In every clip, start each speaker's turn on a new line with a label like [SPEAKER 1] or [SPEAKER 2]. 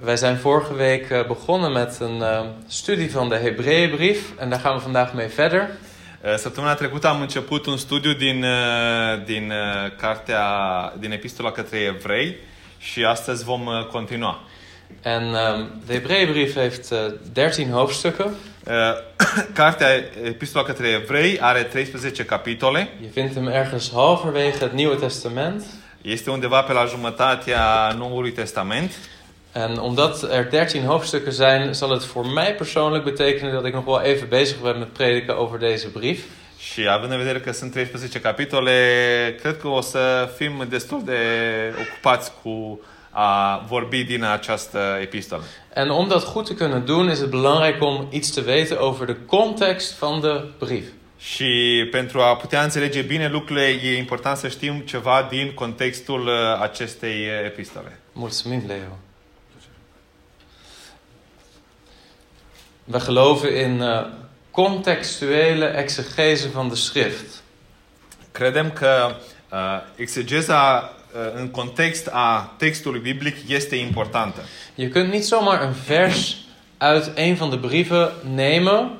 [SPEAKER 1] Wij zijn vorige week eh, begonnen met een eh, studie van de Hebreeënbrief en daar gaan we vandaag mee verder.
[SPEAKER 2] Uh, Săptămâna trecută am început un studiu din, uh, din uh, cartea, din epistola către evrei și astăzi vom uh, continua.
[SPEAKER 1] En ehm, de Hebreeënbrief heeft eh 13 hoofdstukken.
[SPEAKER 2] Uh, Cartea Epistola către evrei are 13 capitole.
[SPEAKER 1] Je vindt hem ergens halverwege het Nieuwe Testament.
[SPEAKER 2] Este undeva pe la jumătatea Noului Testament.
[SPEAKER 1] En omdat er 13 hoofdstukken zijn, zal het voor mij persoonlijk betekenen dat ik nog wel even bezig ben met prediken over deze brief.
[SPEAKER 2] Și având în vedere că sunt 13 capitole, cred că o să fim destul de ocupați cu a vorbi din această epistolă.
[SPEAKER 1] En om dat goed te kunnen doen, is het belangrijk om iets te weten over de context van de brief.
[SPEAKER 2] Și pentru a putea înțelege bine lucrurile, e important să știm ceva din contextul uh, acestei uh, epistole.
[SPEAKER 1] Moedsmin, Leo. We geloven in eh, contextuele exegese van de schrift.
[SPEAKER 2] Credem că uh, exegeza uh, în context a textului biblic este importantă.
[SPEAKER 1] Je kunt niet zomaar een vers uit een van de brieven nemen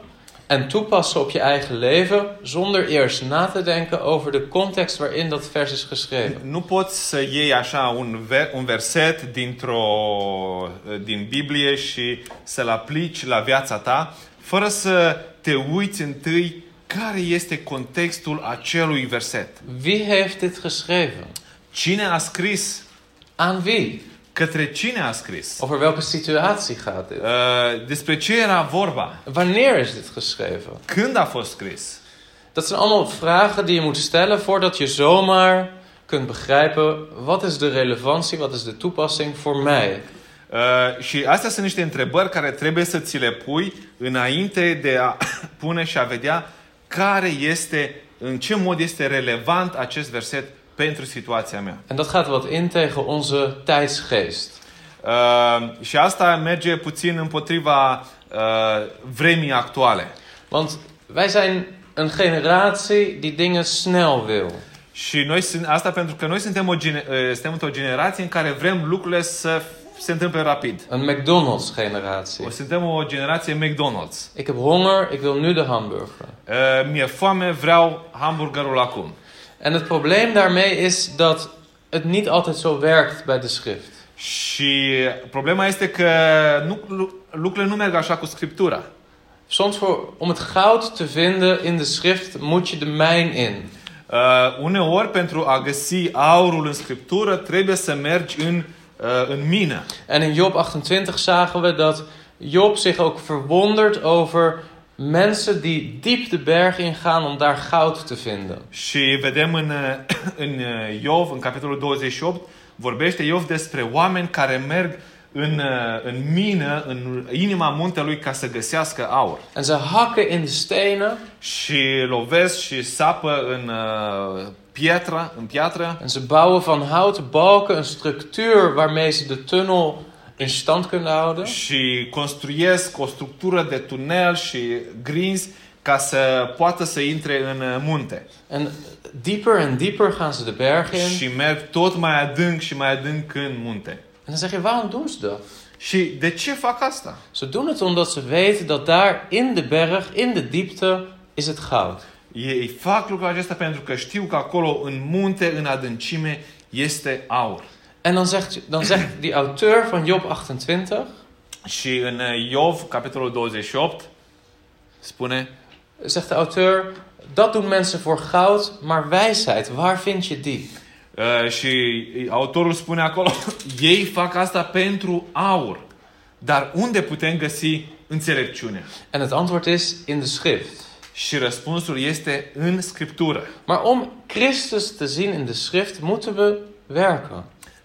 [SPEAKER 1] en toepassen op je eigen leven zonder eerst na te denken over de context waarin dat vers is geschreven.
[SPEAKER 2] Nu poți să iei așa un, ver, un verset dintr-o, uh, din Biblie și să-l aplici la viața ta fără să te uiți întâi care este contextul acelui verset.
[SPEAKER 1] Wie heeft dit geschreven?
[SPEAKER 2] Cine a scris?
[SPEAKER 1] Aan wie?
[SPEAKER 2] Către cine a scris?
[SPEAKER 1] Over welke situatie gaat dit?
[SPEAKER 2] Uh, despre ce era vorba?
[SPEAKER 1] Wanneer is dit geschreven?
[SPEAKER 2] Când a fost scris?
[SPEAKER 1] Dat zijn allemaal vragen die je moet stellen voordat je zomaar kunt begrijpen wat is de relevantie, wat is de toepassing voor mij.
[SPEAKER 2] Uh, și astea sunt niște întrebări care trebuie să ți le pui înainte de a pune și a vedea care este, în ce mod este relevant acest verset pentru situația mea.
[SPEAKER 1] En dat gaat wat in tegen onze tijdsgeest.
[SPEAKER 2] Uh, și asta merge puțin împotriva uh, vremii actuale.
[SPEAKER 1] Want wij zijn een generatie die dingen snel wil.
[SPEAKER 2] Și noi sunt, asta pentru că noi suntem, o, gene- uh, suntem într-o generație în care vrem lucrurile să f- se întâmple rapid.
[SPEAKER 1] Een McDonald's generatie.
[SPEAKER 2] O, suntem o generație McDonald's.
[SPEAKER 1] Ik heb honger, ik wil nu de hamburger.
[SPEAKER 2] Uh, mi-e foame, vreau hamburgerul acum.
[SPEAKER 1] En het probleem daarmee is dat het niet altijd zo werkt bij de schrift.
[SPEAKER 2] Și problema este că nu, lu- lucrurile nu merg așa cu Scriptura.
[SPEAKER 1] Soms voor, om het goud te vinden in de schrift moet je de mijn in.
[SPEAKER 2] Uh, uneori, pentru a găsi aurul în Scriptură, trebuie să mergi în, uh, în mină.
[SPEAKER 1] En in Job 28 zagen we dat Job zich ook verwondert over mensen die diep de berg ingaan om daar goud te vinden.
[SPEAKER 2] Și vedem în, uh, în uh, Iov, în capitolul 28, vorbește Iov despre oameni care merg în, uh, în mină, în inima muntelui, ca să găsească aur.
[SPEAKER 1] En ze hakken in de stenen
[SPEAKER 2] Și lovesc și sapă în uh, pietră, în piatră
[SPEAKER 1] en ze bouwen van houten balken een structuur waarmee ze de tunnel in stand kunnen houden.
[SPEAKER 2] și construiesc o structură de tunel și grinzi ca să poată să intre în uh, munte.
[SPEAKER 1] En dieper en dieper gaan ze de berg in.
[SPEAKER 2] Și merg tot mai adânc și mai adânc în munte.
[SPEAKER 1] En dan zeg je, waarom doen ze dat?
[SPEAKER 2] Și de ce fac asta?
[SPEAKER 1] Ze doen het omdat ze weten dat daar in de berg, in de diepte, is het goud.
[SPEAKER 2] Ei fac lucrul acesta pentru că știu că acolo în munte, în adâncime, este aur.
[SPEAKER 1] En dan zegt, dan zegt die auteur van Job 28,
[SPEAKER 2] Și în uh, Iov, capitolul 28, spune
[SPEAKER 1] zegt de auteur, dat doen mensen voor goud, maar wijsheid, waar vind je die?
[SPEAKER 2] uh, și autorul spune acolo, ei fac asta pentru aur. Dar unde putem găsi înțelepciunea?
[SPEAKER 1] En het antwoord is in de schrift.
[SPEAKER 2] Și răspunsul este în Scriptură.
[SPEAKER 1] Maar om Christus te zien in de schrift moeten we werken.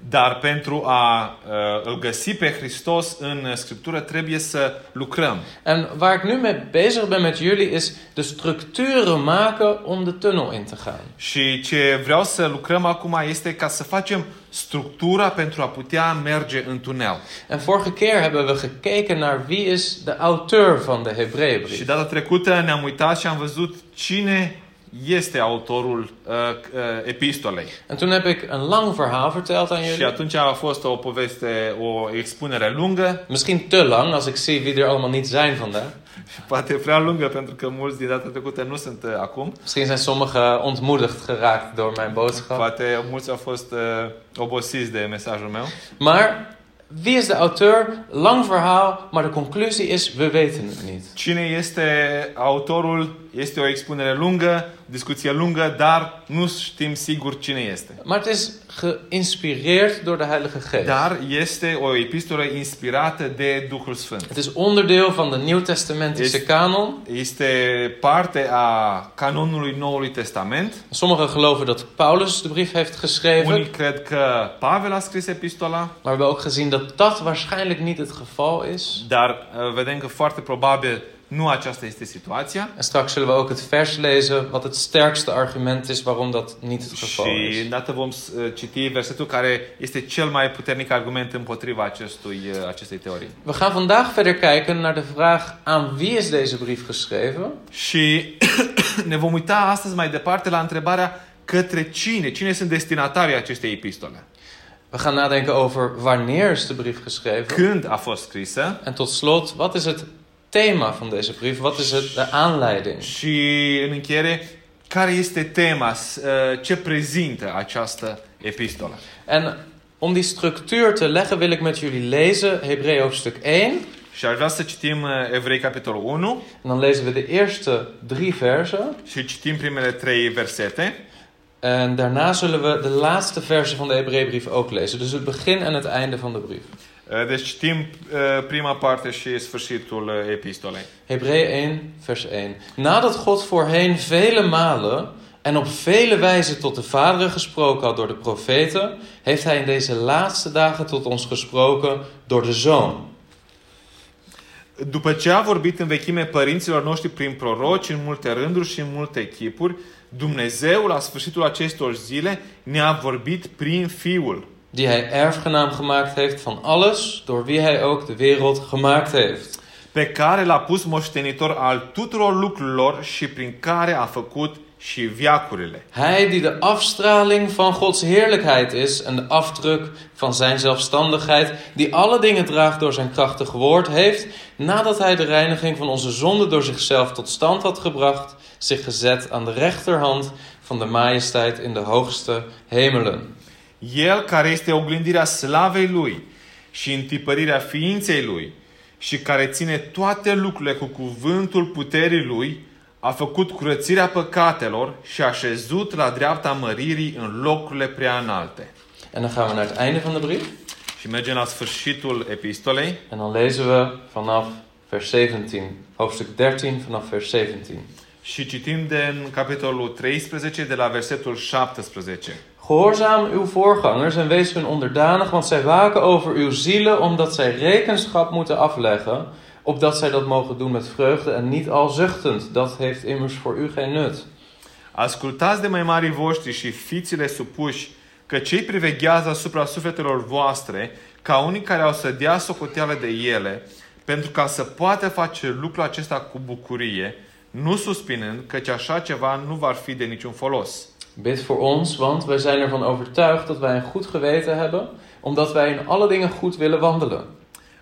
[SPEAKER 2] Dar pentru a uh, îl găsi pe Hristos în uh, Scriptură trebuie să lucrăm.
[SPEAKER 1] En waar ik nu mee bezig ben met jullie is de structuren maken om de tunnel in te gaan.
[SPEAKER 2] Și ce vreau să lucrăm acum este ca să facem structura pentru a putea merge în tunel.
[SPEAKER 1] En vorige keer hebben we gekeken naar wie is de auteur van de
[SPEAKER 2] Și
[SPEAKER 1] Hebreeënbrief.
[SPEAKER 2] data trecută ne-am uitat și am văzut cine este autorul uh, uh, epistolei.
[SPEAKER 1] En toen heb ik een lang verhaal verteld aan
[SPEAKER 2] Și
[SPEAKER 1] jullie.
[SPEAKER 2] atunci a fost o poveste, o expunere lungă,
[SPEAKER 1] Misschien te lang als ik zie wie er allemaal niet zijn vandaag.
[SPEAKER 2] poate prea lungă pentru că mulți din data trecută nu sunt uh, acum.
[SPEAKER 1] Misschien zijn sommigen ontmoedigd geraakt door mijn boodschap.
[SPEAKER 2] Poate mulți au fost uh, obosiți de mesajul meu.
[SPEAKER 1] Maar wie is de auteur? Lang verhaal, maar de conclusie is: we weten het niet.
[SPEAKER 2] Cine este autorul? Este o expunere lungă, discuție lungă, dar nu știm sigur cine este.
[SPEAKER 1] Maar het is geïnspireerd door de Heilige Geest.
[SPEAKER 2] Dar este o epistolă inspirată de Duhul Sfânt.
[SPEAKER 1] Het is onderdeel van de Nieuw-testamentische
[SPEAKER 2] Is-
[SPEAKER 1] kanon.
[SPEAKER 2] Este parte a canonului Noului Testament.
[SPEAKER 1] Sommigen geloven dat Paulus de brief heeft
[SPEAKER 2] Unii
[SPEAKER 1] geschreven.
[SPEAKER 2] cred că Pavel a scris epistola,
[SPEAKER 1] Maar we hebben ook gezien dat dat waarschijnlijk niet het geval is.
[SPEAKER 2] dar uh, vedem că foarte probabil nu aceasta este situația.
[SPEAKER 1] En straks zullen we ook het vers lezen wat het sterkste argument is waarom dat niet het geval
[SPEAKER 2] Și
[SPEAKER 1] is.
[SPEAKER 2] îndată vom uh, citi versetul care este cel mai puternic argument împotriva acestui, uh, acestei teorii.
[SPEAKER 1] We gaan vandaag verder kijken naar de vraag aan wie is deze brief geschreven?
[SPEAKER 2] Și ne vom uita astăzi mai departe la întrebarea către cine, cine sunt destinatarii acestei epistole.
[SPEAKER 1] We gaan nadenken over wanneer is de brief geschreven?
[SPEAKER 2] Când a fost scrisă
[SPEAKER 1] En tot slot, wat is het thema van deze brief? Wat is het, de aanleiding?
[SPEAKER 2] și în încheiere care este tema, s- uh, ce prezintă această epistolă.
[SPEAKER 1] En om die structuur te leggen wil ik met jullie lezen Hebreeën hoofdstuk 1.
[SPEAKER 2] Și aș vrea să citim uh, Evrei capitolul 1
[SPEAKER 1] En dan lezen we de eerste drie versen.
[SPEAKER 2] și citim primele trei versete
[SPEAKER 1] En daarna zullen we de laatste versen van de Hebreeënbrief ook lezen. Dus het begin en het einde van de brief.
[SPEAKER 2] Uh, Deci citim uh, prima parte și sfârșitul uh, epistolei.
[SPEAKER 1] Hebreeën 1, vers 1. Nadat God voorheen vele malen en op vele wijzen tot de vaderen gesproken had door de profeten, heeft hij in deze laatste dagen tot ons gesproken door de Zoon.
[SPEAKER 2] După ce a vorbit în vechime părinților noștri prin proroci, în multe rânduri și în multe chipuri, Dumnezeu, la sfârșitul acestor zile, ne-a vorbit prin Fiul,
[SPEAKER 1] Die hij erfgenaam gemaakt heeft van alles, door wie hij ook de wereld gemaakt heeft.
[SPEAKER 2] pe care l-a pus moștenitor al tuturor lucrurilor și prin care a făcut și viacurile.
[SPEAKER 1] Hij die de afstraling van Gods heerlijkheid is en de afdruk van zijn zelfstandigheid, die alle dingen draagt door zijn krachtig woord, heeft, nadat hij de reiniging van onze zonde door zichzelf tot stand had gebracht, zich gezet aan de rechterhand van de majesteit in de hoogste hemelen.
[SPEAKER 2] El care este oglindirea slavei Lui și întipărirea ființei Lui și care ține toate lucrurile cu cuvântul puterii Lui, a făcut curățirea păcatelor și a șezut la dreapta măririi în locurile prea înalte.
[SPEAKER 1] En dan gaan we naar het einde van de brief
[SPEAKER 2] Și mergem la sfârșitul epistolei
[SPEAKER 1] en dan lezen we vanaf vers 17, hoofdstuk 13 vanaf vers 17.
[SPEAKER 2] și citim din capitolul 13 de la versetul 17.
[SPEAKER 1] Gehoorzaam uw voorgangers en wees hun onderdanig, want zij waken over uw zielen omdat zij rekenschap moeten afleggen, opdat zij dat mogen doen met vreugde en niet al zuchtend. Dat heeft immers voor u geen nut.
[SPEAKER 2] Ascultați de mai marii voștri și fiți-le supuși, că cei priveghează asupra sufletelor voastre, ca unii care au să dea socoteală de ele, pentru ca să poată face lucrul acesta cu bucurie, nu suspinând, căci așa ceva nu va fi de niciun folos.
[SPEAKER 1] Bid voor ons, want wij zijn ervan overtuigd dat wij een goed geweten hebben, omdat wij in alle dingen goed willen wandelen.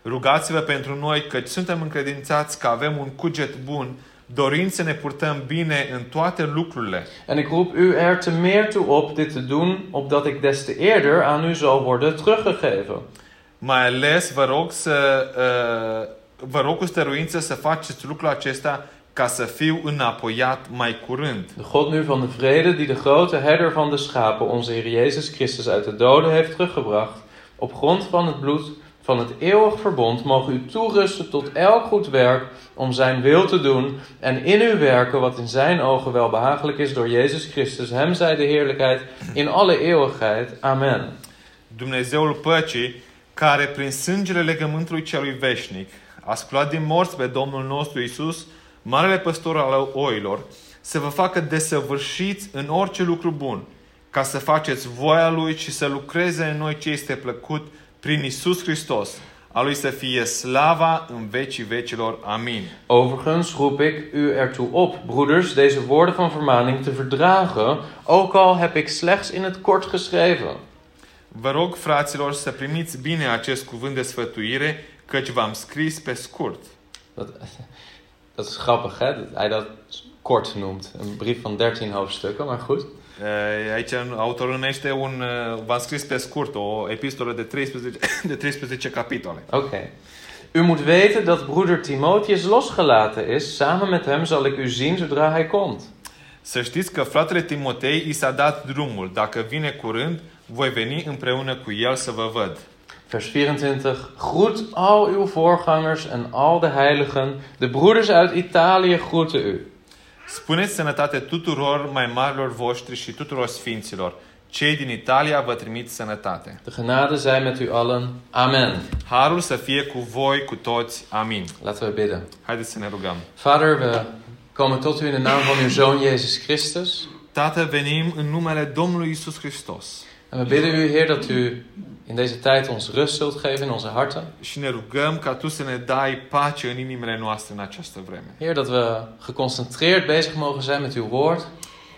[SPEAKER 2] Rugați-vă pentru noi, căci suntem încredințați că avem un cuget bun, dorind să ne purtăm bine în toate lucrurile.
[SPEAKER 1] En ik roep u er te meer toe op dit te doen, opdat ik des te eerder aan u zal worden teruggegeven.
[SPEAKER 2] Mai ales vă rog să uh, vă rog cu stăruință să faceți lucrul acesta ca să fiu înapoiat mai curând.
[SPEAKER 1] De God nu van de vrede, die de grote herder van de schapen, onze Heer Jezus Christus uit de doden heeft teruggebracht, op grond van het bloed van het eeuwig verbond, mogen u toerusten tot elk goed werk om zijn wil te doen en in u werken wat in zijn ogen welbehagelijk is door Jezus Christus. Hem zij de heerlijkheid in alle eeuwigheid. Amen.
[SPEAKER 2] Dumnezeul păcii, care prin sângele legământului celui veșnic a sculat din morți pe Domnul nostru Isus, marele păstor al oilor, să vă facă desăvârșiți în orice lucru bun, ca să faceți voia Lui și să lucreze în noi ce este plăcut prin Isus Hristos, A lui să fie slava în vecii vecilor. Amin.
[SPEAKER 1] Overigens roep ik u ertoe op, broeders, deze woorden van vermaning te verdragen, ook al heb ik slechts in het kort geschreven.
[SPEAKER 2] Vă rog, fraților, să primiți bine acest cuvânt de sfătuire, căci v-am scris pe scurt.
[SPEAKER 1] Dat, dat is grappig, hè? Dat hij dat kort noemt. Een brief van 13 hoofdstukken, maar goed.
[SPEAKER 2] Eh, Aici autorul numește un... eh, V-am scris pe scurt o epistolă de 13, de 13 capitole.
[SPEAKER 1] Oké. U moet weten dat broeder Timotheus losgelaten is. Samen met hem zal ik u zien zodra hij komt.
[SPEAKER 2] Să știți că fratele Timotei i s-a dat drumul. Dacă vine curând, voi veni împreună cu el să vă văd.
[SPEAKER 1] Vers 24. Groet al uw voorgangers en al de heiligen. De broeders uit Italië groeten u.
[SPEAKER 2] Spuneți sănătate tuturor mai marilor voștri și tuturor sfinților. Cei din Italia vă trimit sănătate.
[SPEAKER 1] De genade zij met u allen. Amen.
[SPEAKER 2] Harul să fie cu voi, cu toți. Amin.
[SPEAKER 1] Laten we bidden.
[SPEAKER 2] Haideți să ne rugăm.
[SPEAKER 1] Vader, we komen tot u in de naam van uw Zoon Jezus Christus.
[SPEAKER 2] Tată, venim în numele Domnului Isus Hristos
[SPEAKER 1] En we bidden u, Heer, dat u in deze tijd ons rust zult geven in onze harten.
[SPEAKER 2] și ne rugăm ca Tu să ne dai pace în inimile noastre în această vreme.
[SPEAKER 1] Heer, dat we geconcentreerd bezig mogen zijn met uw woord.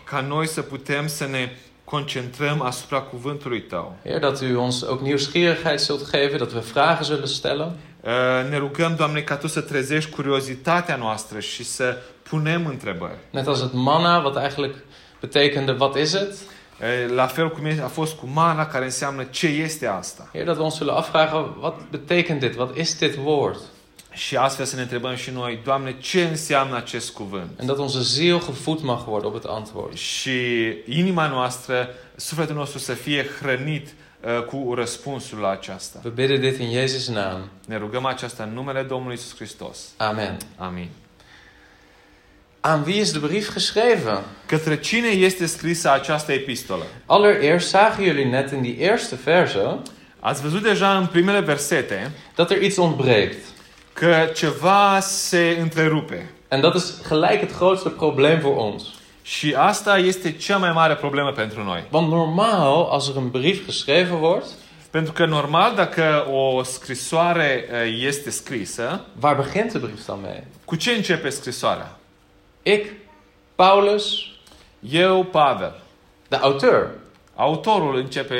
[SPEAKER 2] Ca noi să putem să ne concentrăm asupra cuvântului Tău.
[SPEAKER 1] Heer, dat u ons ook nieuwsgierigheid zult geven, dat we vragen zullen stellen.
[SPEAKER 2] Uh, Ne rugăm, Doamne, ca Tu să trezești curiozitatea noastră și să punem întrebări.
[SPEAKER 1] Net als het manna, wat eigenlijk betekende wat is het?
[SPEAKER 2] Uh, La fel cum e- a fost cu mana, care înseamnă ce este asta.
[SPEAKER 1] Heer, dat we ons zullen afvragen, wat betekent dit? Wat is dit woord?
[SPEAKER 2] Și astfel să ne întrebăm și noi, Doamne, ce înseamnă acest cuvânt?
[SPEAKER 1] En dat onze ziel gevoed mag worden op het antwoord.
[SPEAKER 2] Și inima noastră, sufletul nostru să fie hrănit uh, cu răspunsul la aceasta.
[SPEAKER 1] We bidden dit in Jezus' naam.
[SPEAKER 2] Ne rugăm aceasta în numele Domnului Isus Hristos.
[SPEAKER 1] Amen.
[SPEAKER 2] Amin.
[SPEAKER 1] Aan wie is de brief geschreven?
[SPEAKER 2] Către cine este scrisă această epistolă?
[SPEAKER 1] Allereerst zagen jullie net in die eerste verse
[SPEAKER 2] Ați văzut deja în primele versete
[SPEAKER 1] dat er iets ontbreekt.
[SPEAKER 2] că ceva se întrerupe.
[SPEAKER 1] En dat is gelijk het grootste probleem voor ons.
[SPEAKER 2] Și asta este cea mai mare problemă pentru noi.
[SPEAKER 1] Want normaal, als er een brief geschreven wordt,
[SPEAKER 2] Pentru că normal dacă o scrisoare eh, este scrisă,
[SPEAKER 1] waar begint de brief dan mee?
[SPEAKER 2] cu ce începe scrisoarea?
[SPEAKER 1] Ik, Paulus,
[SPEAKER 2] Eu, Pavel,
[SPEAKER 1] de auteur,
[SPEAKER 2] autorul începe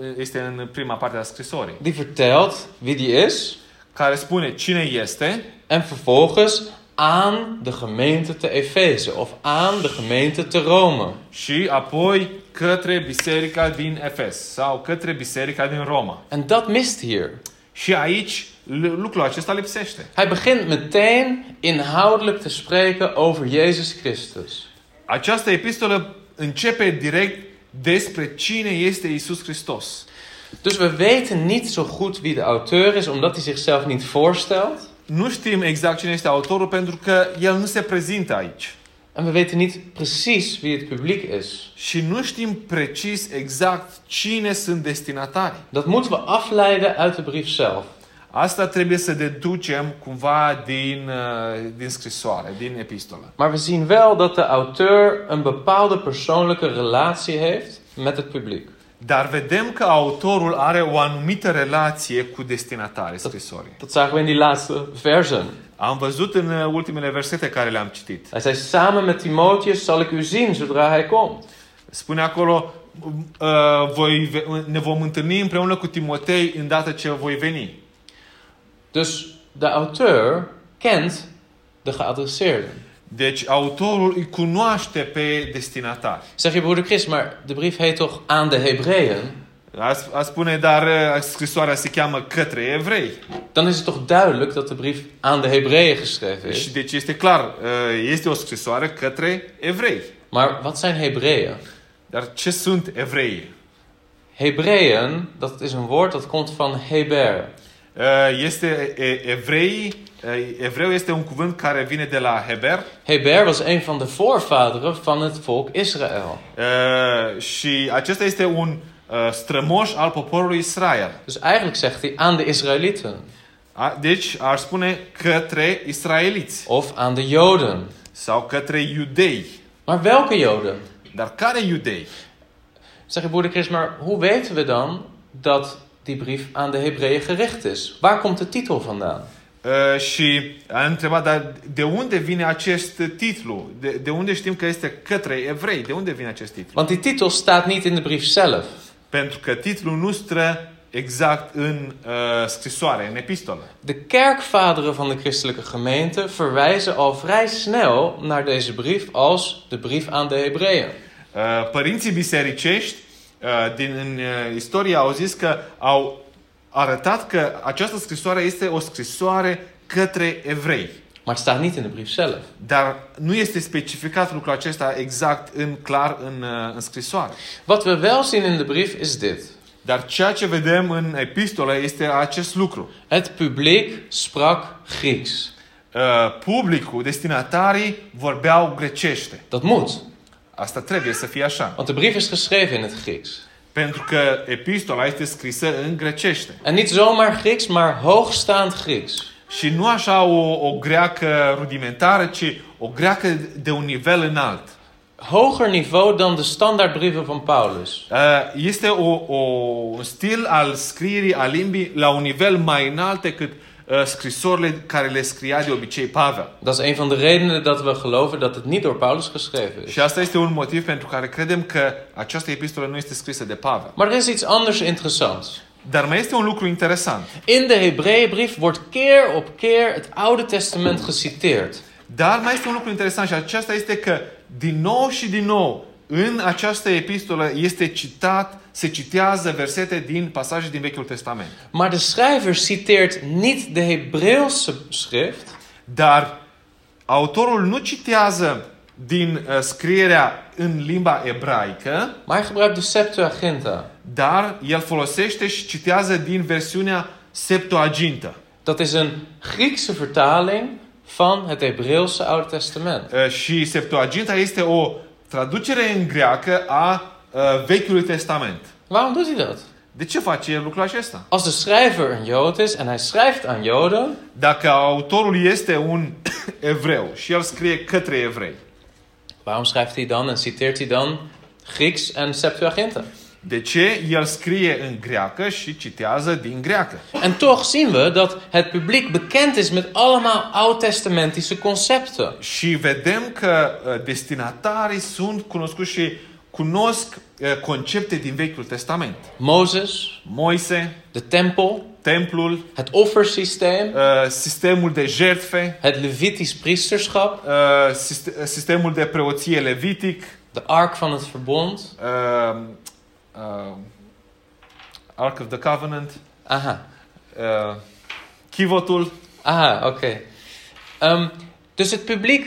[SPEAKER 2] eh, este în prima parte a scrisorii,
[SPEAKER 1] die vertelt wie die is
[SPEAKER 2] care spune cine este
[SPEAKER 1] en vervolgens aan de gemeente te Efeze of aan de gemeente te Rome.
[SPEAKER 2] și apoi către biserica din Efes sau către biserica din Roma.
[SPEAKER 1] En dat mist hier.
[SPEAKER 2] Și aici l- lucrul acesta lipsește.
[SPEAKER 1] Hij begint meteen inhoudelijk te spreken over Jezus Christus.
[SPEAKER 2] Această epistolă începe direct despre cine este Isus Hristos.
[SPEAKER 1] Dus we weten niet zo goed wie de auteur is, omdat hij zichzelf niet voorstelt.
[SPEAKER 2] Nu știm exact cine este autorul pentru că el nu se prezintă aici.
[SPEAKER 1] En we weten niet precies wie het publiek is.
[SPEAKER 2] Și nu știm precis exact cine sunt destinatarii.
[SPEAKER 1] Dat moeten we afleiden uit de brief zelf.
[SPEAKER 2] Asta trebuie să deducem cumva din, uh, din scrisoare, din epistolă.
[SPEAKER 1] Maar we zien wel dat de auteur een bepaalde persoonlijke relatie heeft met het publiek.
[SPEAKER 2] Dar vedem că autorul are o anumită relație cu destinatarii scrisorii.
[SPEAKER 1] Dat zagen we in die laatste versen.
[SPEAKER 2] Am văzut în uh, ultimele versete care le-am citit.
[SPEAKER 1] Hij zei: Samen met Timotheus zal ik u zien zodra hij komt.
[SPEAKER 2] Spune acolo, uh, voi, ve- ne vom întâlni împreună cu Timotei îndată ce voi veni.
[SPEAKER 1] Dus de auteur kent de geadresseerden.
[SPEAKER 2] Deci autorul îi cunoaște pe destinatari.
[SPEAKER 1] Zeg je broeder Chris, maar de brief heet toch aan de Hebreeën?
[SPEAKER 2] A, sp- a spune, dar uh, scrisoarea se cheamă către evrei.
[SPEAKER 1] Dan is het toch duidelijk dat de brief aan de Hebreeën geschreven is.
[SPEAKER 2] Și deci este clar, uh, este o scrisoare către evrei.
[SPEAKER 1] Maar wat zijn Hebreeën?
[SPEAKER 2] Dar ce sunt evrei?
[SPEAKER 1] Hebreeën, dat is een woord dat komt van Heber.
[SPEAKER 2] Uh, Este e- evrei, uh, evreu este un cuvânt care vine de la Heber
[SPEAKER 1] Heber was een van de voorvaderen van het volk Israël.
[SPEAKER 2] uh, și acesta este un uh, strămoș al poporului Israel.
[SPEAKER 1] Dus eigenlijk zegt hij aan de Israëlieten
[SPEAKER 2] A, deci ar spune către israeliți
[SPEAKER 1] of aan de Joden.
[SPEAKER 2] sau către iudei.
[SPEAKER 1] Maar welke Joden?
[SPEAKER 2] Dar care iudei?
[SPEAKER 1] Zeg je broeder Chris, maar hoe weten we dan dat die brief aan de Hebreeën gericht is. Waar komt de titel vandaan?
[SPEAKER 2] Uh, și a întrebat, dar de unde vine acest titlu? De, de unde știm că este către evrei? De unde vine acest titlu?
[SPEAKER 1] Want die titel staat niet in de brief zelf.
[SPEAKER 2] Pentru că titlul nu stră exact în uh, scrisoare, în epistolă.
[SPEAKER 1] De kerkvaderen van de christelijke gemeente verwijzen al vrij snel naar deze brief als de brief aan de Hebreeën.
[SPEAKER 2] Uh, părinții bisericești uh, din în, uh, istorie au zis că au arătat că această scrisoare este o scrisoare către evrei.
[SPEAKER 1] Maar het staat niet in de brief zelf.
[SPEAKER 2] Dar nu este specificat lucrul acesta exact în clar în, uh, în scrisoare.
[SPEAKER 1] Wat we wel zien in de brief is dit.
[SPEAKER 2] Dar ceea ce vedem în epistolă este acest lucru.
[SPEAKER 1] Het publiek sprak Grieks.
[SPEAKER 2] Uh, Publicul, destinatarii, vorbeau grecește.
[SPEAKER 1] Dat moet,
[SPEAKER 2] Asta trebuie să fie așa.
[SPEAKER 1] want de brief is geschreven in het Grieks.
[SPEAKER 2] Pentru că epistola este scrisă în grecește.
[SPEAKER 1] En niet zomaar Grieks, maar hoogstaand Grieks.
[SPEAKER 2] Și nu așa o, o greacă rudimentară, ci o greacă de un nivel înalt.
[SPEAKER 1] Hoger niveau dan de standaardbrieven van Paulus.
[SPEAKER 2] Uh, Este o, o, un stil al scrierii, al limbii, la un nivel mai înalt decât uh, scrisorile care le scria de obicei Pavel.
[SPEAKER 1] Dat is een van de redenen dat we geloven dat het niet door Paulus geschreven is.
[SPEAKER 2] Și asta este un motiv pentru care credem că această epistolă nu este scrisă de Pavel.
[SPEAKER 1] Maar er is iets anders interessants.
[SPEAKER 2] Dar mai este un lucru interesant.
[SPEAKER 1] In de Hebreeënbrief wordt keer op keer het Oude Testament geciteerd.
[SPEAKER 2] Dar mai este un lucru interesant și aceasta este că din nou și din nou în această epistolă este citat, se citează versete din pasaje din Vechiul Testament.
[SPEAKER 1] Maar de schrijver citeert niet de Hebreeuwse schrift,
[SPEAKER 2] Dar autorul nu citează din uh, scrierea în limba ebraică,
[SPEAKER 1] maar hij gebruikt de Septuaginta.
[SPEAKER 2] dar el folosește și citează din versiunea Septuagintă.
[SPEAKER 1] Dat is een Griekse vertaling van het Hebreeuwse Oude Testament.
[SPEAKER 2] Uh, Și Septuaginta este o traducere în greacă a uh, Vechiului Testament.
[SPEAKER 1] Waarom doet hij dat?
[SPEAKER 2] De ce face el lucrul acesta?
[SPEAKER 1] Als de schrijver een Jood is en hij schrijft aan Joden,
[SPEAKER 2] Dacă autorul este un evreu și el scrie către evrei,
[SPEAKER 1] waarom schrijft hij dan en citeert hij dan Grieks en Septuaginta?
[SPEAKER 2] de ce el scrie în greacă și citează din greacă?
[SPEAKER 1] En toch zien we dat het publiek bekend is met allemaal oud-testamentische concepten.
[SPEAKER 2] Și vedem că uh, destinatarii sunt cunoscuți și cunosc uh, concepte din Vechiul Testament.
[SPEAKER 1] Mozes,
[SPEAKER 2] Moise,
[SPEAKER 1] de tempel,
[SPEAKER 2] templul,
[SPEAKER 1] het offersysteem,
[SPEAKER 2] uh, sistemul de jertfe,
[SPEAKER 1] het Levitisch priesterschap,
[SPEAKER 2] uh, sist- uh, sistemul de preoție levitic,
[SPEAKER 1] de ark van het verbond.
[SPEAKER 2] uh, uh, Ark of the Covenant,
[SPEAKER 1] Aha,
[SPEAKER 2] uh, chivotul.
[SPEAKER 1] aha, Ah, oké. Ehm, dus het publiek,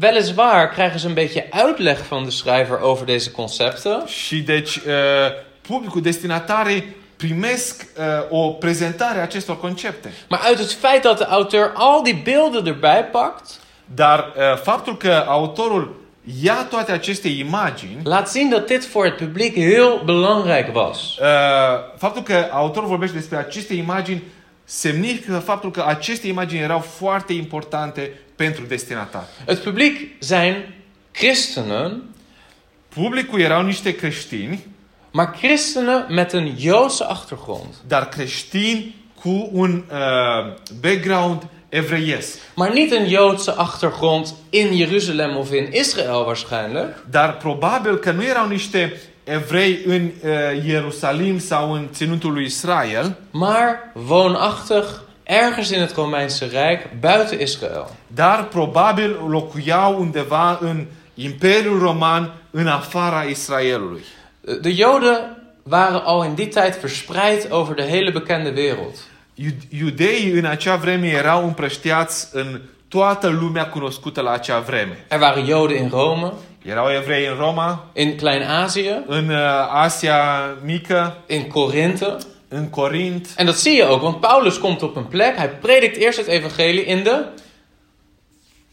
[SPEAKER 1] weliswaar krijgen ze een beetje uitleg van de schrijver over deze concepten.
[SPEAKER 2] Și deci uh, publicul, destinatarii primesc uh, o prezentare a acestor concepte.
[SPEAKER 1] Maar uit het feit dat de auteur al die beelden erbij pakt,
[SPEAKER 2] Dar uh, faptul că autorul ia toate aceste imagini,
[SPEAKER 1] laat zien dat dit voor het publiek heel belangrijk was.
[SPEAKER 2] uh, faptul că autorul vorbește despre aceste imagini semnifică faptul că aceste imagini erau foarte importante pentru destinatar.
[SPEAKER 1] Het publiek zijn christenen,
[SPEAKER 2] Publicul erau niște creștini,
[SPEAKER 1] maar christenen met een Joodse achtergrond.
[SPEAKER 2] dar creștini cu un uh, background evreiesc.
[SPEAKER 1] Maar niet een Joodse achtergrond in Jeruzalem of in Israël waarschijnlijk.
[SPEAKER 2] Dar probabil că nu erau niște evrei în uh, Ierusalim sau în ținutul lui Israel,
[SPEAKER 1] Maar woonachtig ergens in het Romeinse Rijk buiten Israël.
[SPEAKER 2] dar probabil locuiau undeva în Imperiul Roman, în afara Israelului.
[SPEAKER 1] Eh, De Joden waren al in die tijd verspreid over de hele bekende wereld.
[SPEAKER 2] Iud- Iudeii în acea vreme erau împrăștiați în toată lumea cunoscută la acea vreme.
[SPEAKER 1] Er waren Joden in Rome,
[SPEAKER 2] Erau evrei în Roma,
[SPEAKER 1] in Klein-Azië,
[SPEAKER 2] în uh, Asia Mică,
[SPEAKER 1] in Korinthe.
[SPEAKER 2] în Corint,
[SPEAKER 1] En dat zie je ook, want Paulus komt op een plek. Hij predikt eerst het evangelie in de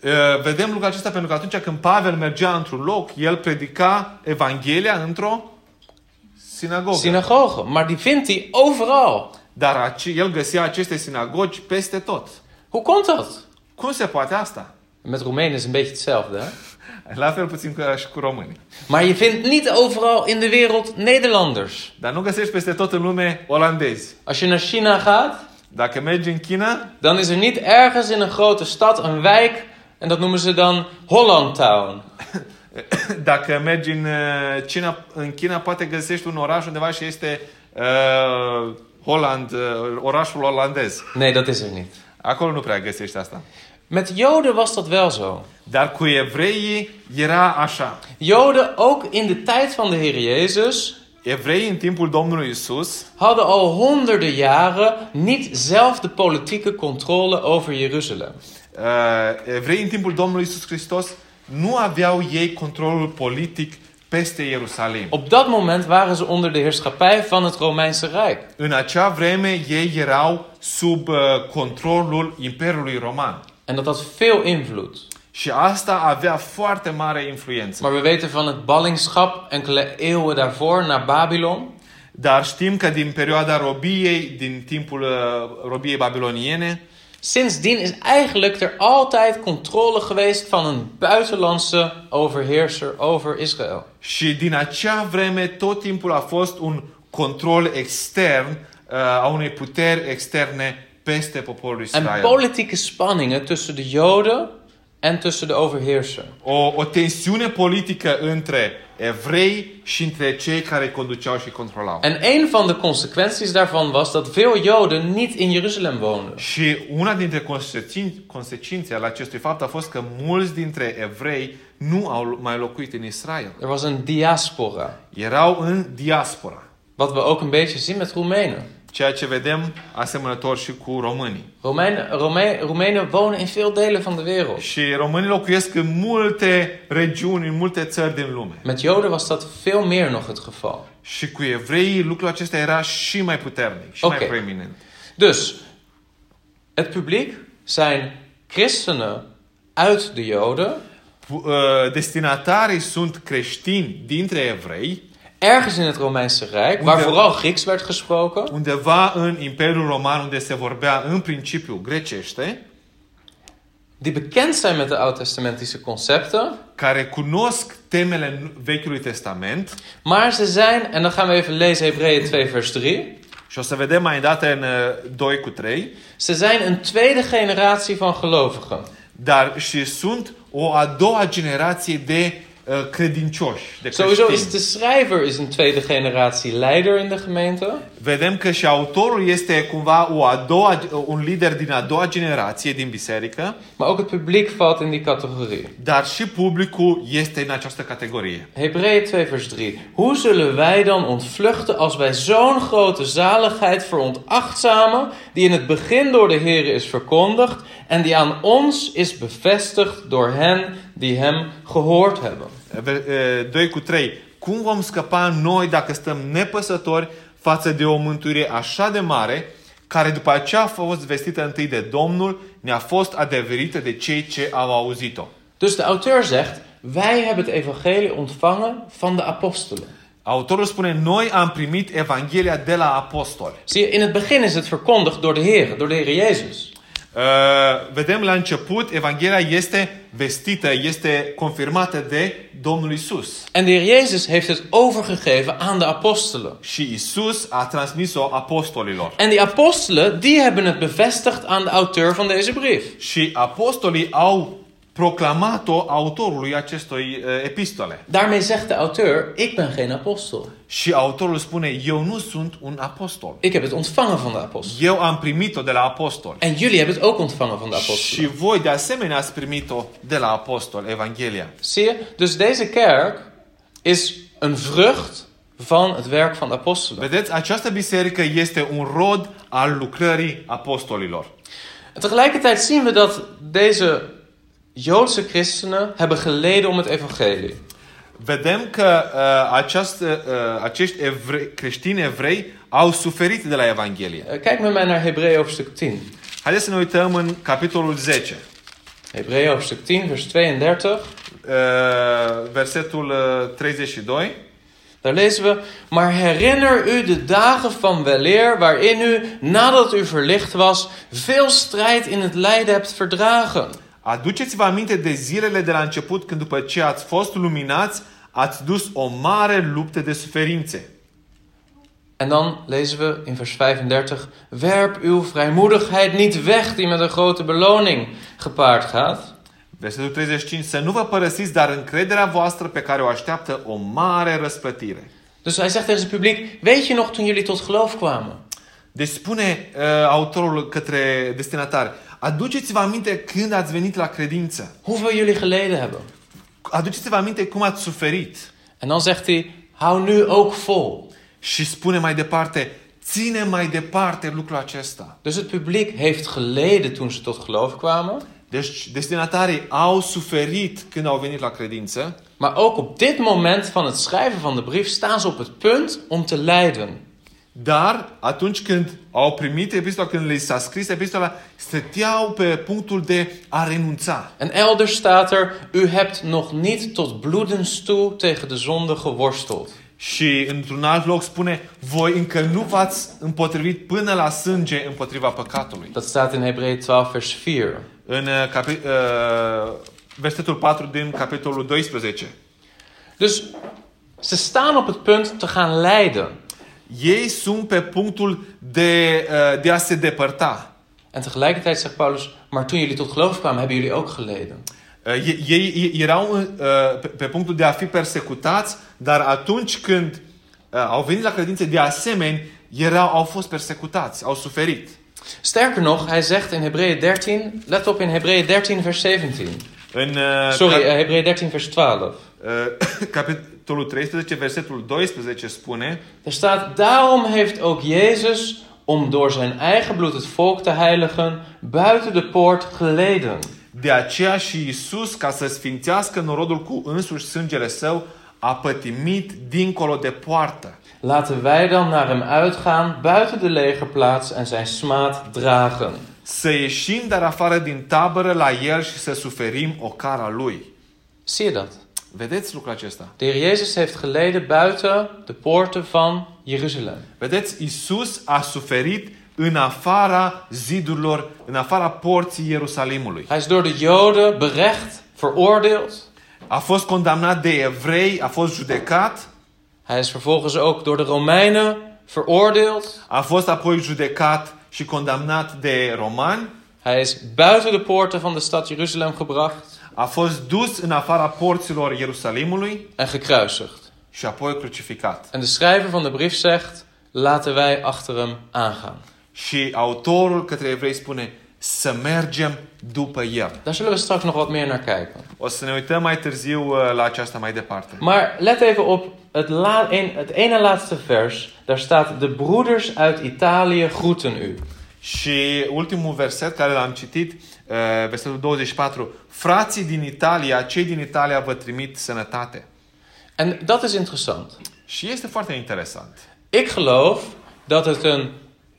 [SPEAKER 2] Uh, vedem lucrul acesta pentru că atunci când Pavel mergea într-un loc, el predica Evanghelia într-o sinagogă. Sina-
[SPEAKER 1] synagoge. Maar die vindt hij overal.
[SPEAKER 2] Dar ace- el găsea aceste sinagogi peste tot.
[SPEAKER 1] Hoe komt dat?
[SPEAKER 2] Cum se poate asta?
[SPEAKER 1] Met Roemenen is een beetje hetzelfde, hè?
[SPEAKER 2] La fel puțin ca și cu românii.
[SPEAKER 1] Maar je vindt niet overal in de wereld Nederlanders.
[SPEAKER 2] Dar nu găsești peste tot în lume olandezi.
[SPEAKER 1] Als je naar China gaat,
[SPEAKER 2] Dacă mergi în China,
[SPEAKER 1] dan is er niet ergens in een grote stad een wijk. En dat noemen ze dan Hollandtown.
[SPEAKER 2] dacă mergi în uh, China, în China poate găsești un oraș undeva și este uh, Holland, uh, orașul olandez.
[SPEAKER 1] Nee, dat is er niet.
[SPEAKER 2] Acolo nu prea găsești asta.
[SPEAKER 1] Met Joden was dat wel zo.
[SPEAKER 2] Dar cu evreii era așa.
[SPEAKER 1] Joden, ook in de tijd van de Heer Jezus,
[SPEAKER 2] Evreii în timpul Domnului Isus
[SPEAKER 1] hadden al honderden jaren niet zelf de politieke controle over Jeruzalem.
[SPEAKER 2] Uh, evreii în timpul Domnului Isus Hristos nu aveau ei controlul politic peste Ierusalim.
[SPEAKER 1] Op dat moment waren ze onder de heerschappij van het Romeinse Rijk.
[SPEAKER 2] În acea vreme ei erau sub uh, controlul Imperiului Roman.
[SPEAKER 1] En dat had veel invloed.
[SPEAKER 2] Și asta avea foarte mare influență.
[SPEAKER 1] Maar we weten van het ballingschap enkele eeuwen daarvoor naar Babylon.
[SPEAKER 2] Dar știm că din perioada robiei, din timpul uh, robiei babiloniene,
[SPEAKER 1] Sindsdien is eigenlijk er altijd controle geweest van een buitenlandse overheerser over Israël.
[SPEAKER 2] și din acea vreme tot timpul a fost un control extern uh, a unei puteri externe peste poporul
[SPEAKER 1] En
[SPEAKER 2] Israel.
[SPEAKER 1] politieke spanningen tussen de Joden en tussen de overheerser.
[SPEAKER 2] o, o tensiune politică între evrei și între cei care conduceau și controlau.
[SPEAKER 1] En een van de consequenties daarvan was dat veel Joden niet in Jeruzalem woonden.
[SPEAKER 2] Și una dintre consecin- consecințe ale acestui fapt a fost că mulți dintre evrei nu au mai locuit în Israel.
[SPEAKER 1] Er was een diaspora.
[SPEAKER 2] Erau în diaspora,
[SPEAKER 1] Wat we ook een beetje zien met Roemenen.
[SPEAKER 2] ceea ce vedem asemănător și cu românii.
[SPEAKER 1] Romeinen, Rome- Roemenen wonen in veel delen van de wereld.
[SPEAKER 2] Și românii locuiesc în multe regiuni, în multe țări din lume.
[SPEAKER 1] Met Joden was dat veel meer nog het geval.
[SPEAKER 2] Și cu evreii lucrul acesta era și mai puternic, și
[SPEAKER 1] Ok.
[SPEAKER 2] mai preeminent.
[SPEAKER 1] Dus, het publiek zijn christenen uit de Joden,
[SPEAKER 2] Pu- uh, Destinatarii sunt creștini dintre evrei,
[SPEAKER 1] ergens in het Romeinse Rijk, waar
[SPEAKER 2] Hoeveel-
[SPEAKER 1] vooral Grieks werd gesproken.
[SPEAKER 2] undeva în Imperiul Roman, unde se vorbea în principiu grecește,
[SPEAKER 1] die bekend zijn met de oud-testamentische concepten.
[SPEAKER 2] care cunosc temele Vechiului Testament.
[SPEAKER 1] Maar ze zijn, en dan gaan we even lezen Hebreeën 2 vers 3.
[SPEAKER 2] Și o să vedem mai dată în uh, 2 cu 3.
[SPEAKER 1] Ze zijn een tweede generatie van gelovigen.
[SPEAKER 2] Dar și sunt o a doua generație de uh, credincioși, de
[SPEAKER 1] Sowieso is de
[SPEAKER 2] creștini.
[SPEAKER 1] schrijver is een tweede generatie leider in de gemeente.
[SPEAKER 2] Vedem că și autorul este cumva o a doua, un lider din a doua generație din biserică,
[SPEAKER 1] Maar ook het publiek valt in die categorie.
[SPEAKER 2] dar și publicul este în această categorie.
[SPEAKER 1] Hebreeën 2 vers 3. Hoe zullen wij dan ontvluchten als wij zo'n grote zaligheid verontachtzamen... die in het begin door de Heer is verkondigd... en die aan ons is bevestigd door hen die hem gehoord hebben.
[SPEAKER 2] Ver- eh, 2 cu 3. Cum vom scăpa noi dacă stăm nepăsători față de o mântuire așa de mare, care după aceea a fost vestită întâi de Domnul, ne-a fost adeverită de cei ce au auzit-o.
[SPEAKER 1] Dus de auteur zegt: Wij hebben het evangelie ontvangen van de apostelen.
[SPEAKER 2] Autorul spune, noi am primit Evanghelia de la apostoli.
[SPEAKER 1] Zie je, in het begin is het verkondigd door de Heer, door de Heer Jezus.
[SPEAKER 2] Uh, vedem la început, Evanghelia este vestită, este confirmată de Domnul Isus.
[SPEAKER 1] En de Heer Jezus heeft het overgegeven aan de apostelen.
[SPEAKER 2] Și Isus a transmis-o apostolilor.
[SPEAKER 1] En die apostelen, die hebben het bevestigd aan de auteur van deze brief.
[SPEAKER 2] Și apostolii au proclamat-o autorului acestei uh, epistole.
[SPEAKER 1] Daarmee zegt de auteur: Ik ben geen apostel.
[SPEAKER 2] Și autorul spune, eu nu sunt un apostol.
[SPEAKER 1] Ik heb het ontvangen van de apostel.
[SPEAKER 2] Eu am primit-o de la apostol.
[SPEAKER 1] En jullie hebben het ook ontvangen van de apostel.
[SPEAKER 2] Și voi de asemenea ați primit-o de la apostol, Evanghelia.
[SPEAKER 1] Zie je, dus deze kerk is een vrucht van het werk van de apostelen.
[SPEAKER 2] Vedeți, această biserică este un rod al lucrării apostolilor.
[SPEAKER 1] En Tegelijkertijd zien we dat deze Joodse christenen hebben geleden om het evangelie.
[SPEAKER 2] Vedem că uh, această, uh, acești evre- creștini evrei au suferit de la Evanghelie.
[SPEAKER 1] Eh, Kijk met mij naar Hebreeën hoofdstuk 10.
[SPEAKER 2] Haideți să ne uităm în capitolul 10.
[SPEAKER 1] Hebreeën hoofdstuk 10, vers 32.
[SPEAKER 2] Uh, versetul uh, 32.
[SPEAKER 1] Daar lezen we, maar herinner u de dagen van weleer waarin u, nadat u verlicht was, veel strijd in het lijden hebt verdragen.
[SPEAKER 2] Aduceți-vă aminte de zilele de la început când după ce ați fost luminați, ați dus o mare luptă de suferințe.
[SPEAKER 1] En dan lezen we in vers 35: Werp uw vrijmoedigheid niet weg, die met een grote beloning gepaard gaat.
[SPEAKER 2] Versetul 35. Să nu vă părăsiți, dar încrederea voastră pe care o așteaptă o mare răsplătire.
[SPEAKER 1] Dus hij zegt tegen zijn publiek: Weet je nog toen jullie tot geloof kwamen?
[SPEAKER 2] Deci spune uh, autorul către destinatar, aduceți-vă aminte când ați venit la credință.
[SPEAKER 1] Hoeveel jullie geleden hebben?
[SPEAKER 2] Aduceți-vă aminte cum ați suferit.
[SPEAKER 1] En dan zegt hij: Hou nu ook vol.
[SPEAKER 2] Și spune mai departe, ține mai departe lucrul acesta.
[SPEAKER 1] Dus het publiek heeft geleden toen ze tot geloof kwamen.
[SPEAKER 2] Deci destinatarii au suferit când au venit la credință,
[SPEAKER 1] Maar ook op dit moment van het schrijven van de brief staan ze op het punt om te lijden.
[SPEAKER 2] dar atunci când au primit epistola, când li s-a scris epistola, stăteau pe punctul de a renunța.
[SPEAKER 1] En elders staat er: U hebt nog niet tot bloedens toe tegen de zonde geworsteld.
[SPEAKER 2] Și într-un alt loc spune, voi încă nu v-ați împotrivit până la sânge împotriva păcatului.
[SPEAKER 1] Dat staat in Hebreeën 12, vers 4.
[SPEAKER 2] În uh, capi- uh, versetul 4 din capitolul 12.
[SPEAKER 1] Dus ze staan op het punt te gaan lijden.
[SPEAKER 2] Ei sunt pe punctul de, uh, de a se depărta.
[SPEAKER 1] En tegelijkertijd zegt Paulus: Maar toen jullie tot geloof kwamen, hebben jullie ook geleden.
[SPEAKER 2] Uh, ei- Ei erau uh, pe- pe punctul de a fi persecutați, dar atunci când uh, au venit la credință, de asemenea, erau, au fost persecutați, au suferit.
[SPEAKER 1] Sterker nog, hij zegt in Hebreeën 13, let op in Hebreeën 13, vers 17.
[SPEAKER 2] În, uh,
[SPEAKER 1] Sorry,
[SPEAKER 2] cap-
[SPEAKER 1] eh, Hebreeën 13, vers 12.
[SPEAKER 2] uh, capitolul 13, versetul 12 spune
[SPEAKER 1] Er staat: Daarom heeft ook Jezus, om door zijn eigen bloed het volk te heiligen, buiten de poort geleden.
[SPEAKER 2] De aceea și Isus, ca să sfințească norodul cu însuși sângele său, a pătimit dincolo de poartă.
[SPEAKER 1] Laten wij dan naar hem uitgaan, buiten de legerplaats en zijn smaad dragen.
[SPEAKER 2] Să ieșim dar afară din tabără la el și să suferim o cara lui.
[SPEAKER 1] Zie je dat?
[SPEAKER 2] Vedeți lucrul acesta?
[SPEAKER 1] De Heer Jezus heeft geleden buiten de poorten van Jeruzalem.
[SPEAKER 2] Vedeți, Isus a suferit în afara zidurilor, în afara porții Ierusalimului.
[SPEAKER 1] Hij is door de Joden berecht, veroordeeld.
[SPEAKER 2] A fost condamnat de evrei, a fost judecat,
[SPEAKER 1] Hij is vervolgens ook door de Romeinen veroordeeld.
[SPEAKER 2] a fost apoi judecat și condamnat de romani,
[SPEAKER 1] Hij is buiten de poorten van de stad Jeruzalem gebracht
[SPEAKER 2] a fost dus în afara porților Ierusalimului
[SPEAKER 1] en gekruisigd.
[SPEAKER 2] și apoi crucificat.
[SPEAKER 1] En de schrijver van de brief zegt: laten wij achter hem aangaan.
[SPEAKER 2] Și autorul către evrei spune să mergem după el.
[SPEAKER 1] Daar zullen we straks nog wat meer naar kijken.
[SPEAKER 2] O să ne uităm mai târziu uh, la aceasta mai departe.
[SPEAKER 1] Maar let even op het, la- in het ene laatste vers. Daar staat: De broeders uit Italië groeten u.
[SPEAKER 2] Și ultimul verset care l-am citit, uh, versetul 24. Frații din Italia, cei din Italia vă trimit sănătate.
[SPEAKER 1] En dat is interessant.
[SPEAKER 2] Și este foarte interesant.
[SPEAKER 1] Ik geloof dat het een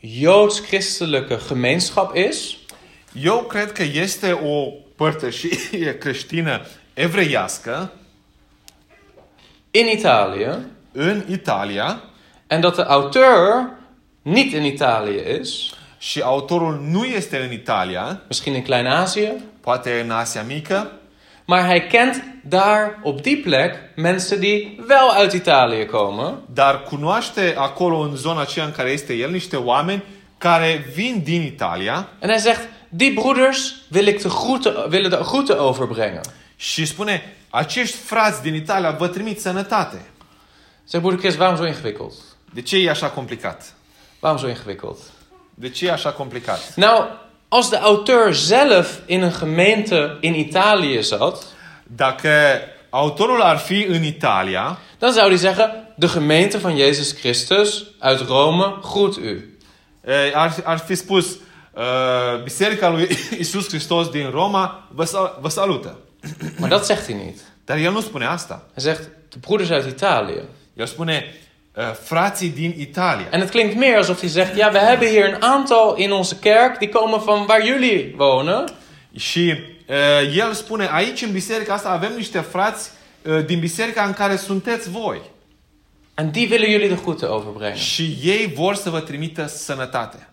[SPEAKER 1] joods-christelijke gemeenschap is.
[SPEAKER 2] Eu cred că este o părtășie creștină evreiască
[SPEAKER 1] in Italië.
[SPEAKER 2] în Italia
[SPEAKER 1] En dat de auteur niet in Italië is.
[SPEAKER 2] și autorul nu este în Italia,
[SPEAKER 1] Misschien in Klein-Azië.
[SPEAKER 2] poate în Asia Mică,
[SPEAKER 1] Maar hij kent daar op die plek mensen die wel uit Italië komen.
[SPEAKER 2] Dar cunoaște acolo, în zona aceea în care este el, niște oameni care vin din Italia
[SPEAKER 1] En hij zegt, die broeders wil ik de groeten, willen de groeten overbrengen.
[SPEAKER 2] și spune, acești frați din Italia vă trimit sănătate.
[SPEAKER 1] Zeg broeder Chris, waarom zo ingewikkeld?
[SPEAKER 2] De ce e așa complicat?
[SPEAKER 1] Waarom zo ingewikkeld?
[SPEAKER 2] De ce e așa complicat?
[SPEAKER 1] Nou, als de auteur zelf in een gemeente in Italië zat...
[SPEAKER 2] Dacă autorul ar fi în Italia,
[SPEAKER 1] dan zou hij zeggen, de gemeente van Jezus Christus uit Rome groet u.
[SPEAKER 2] eh, ar, ar fi spus, "Eh, Biserica lui Isus Hristos din Roma vă, sal- vă salută.
[SPEAKER 1] Maar dat zegt hij niet.
[SPEAKER 2] Dar el nu spune asta.
[SPEAKER 1] Hij zegt de broeders uit Italië.
[SPEAKER 2] El spune, "Eh, frații din Italia.
[SPEAKER 1] En het klinkt meer alsof hij zegt: Ja, we hebben hier een aantal in onze kerk die komen van waar jullie wonen.
[SPEAKER 2] Și uh, el spune, aici în biserica asta avem niște frați uh, din biserica în care sunteți voi.
[SPEAKER 1] En die willen jullie de groeten overbrengen.
[SPEAKER 2] Și ei vor să vă trimită sănătate.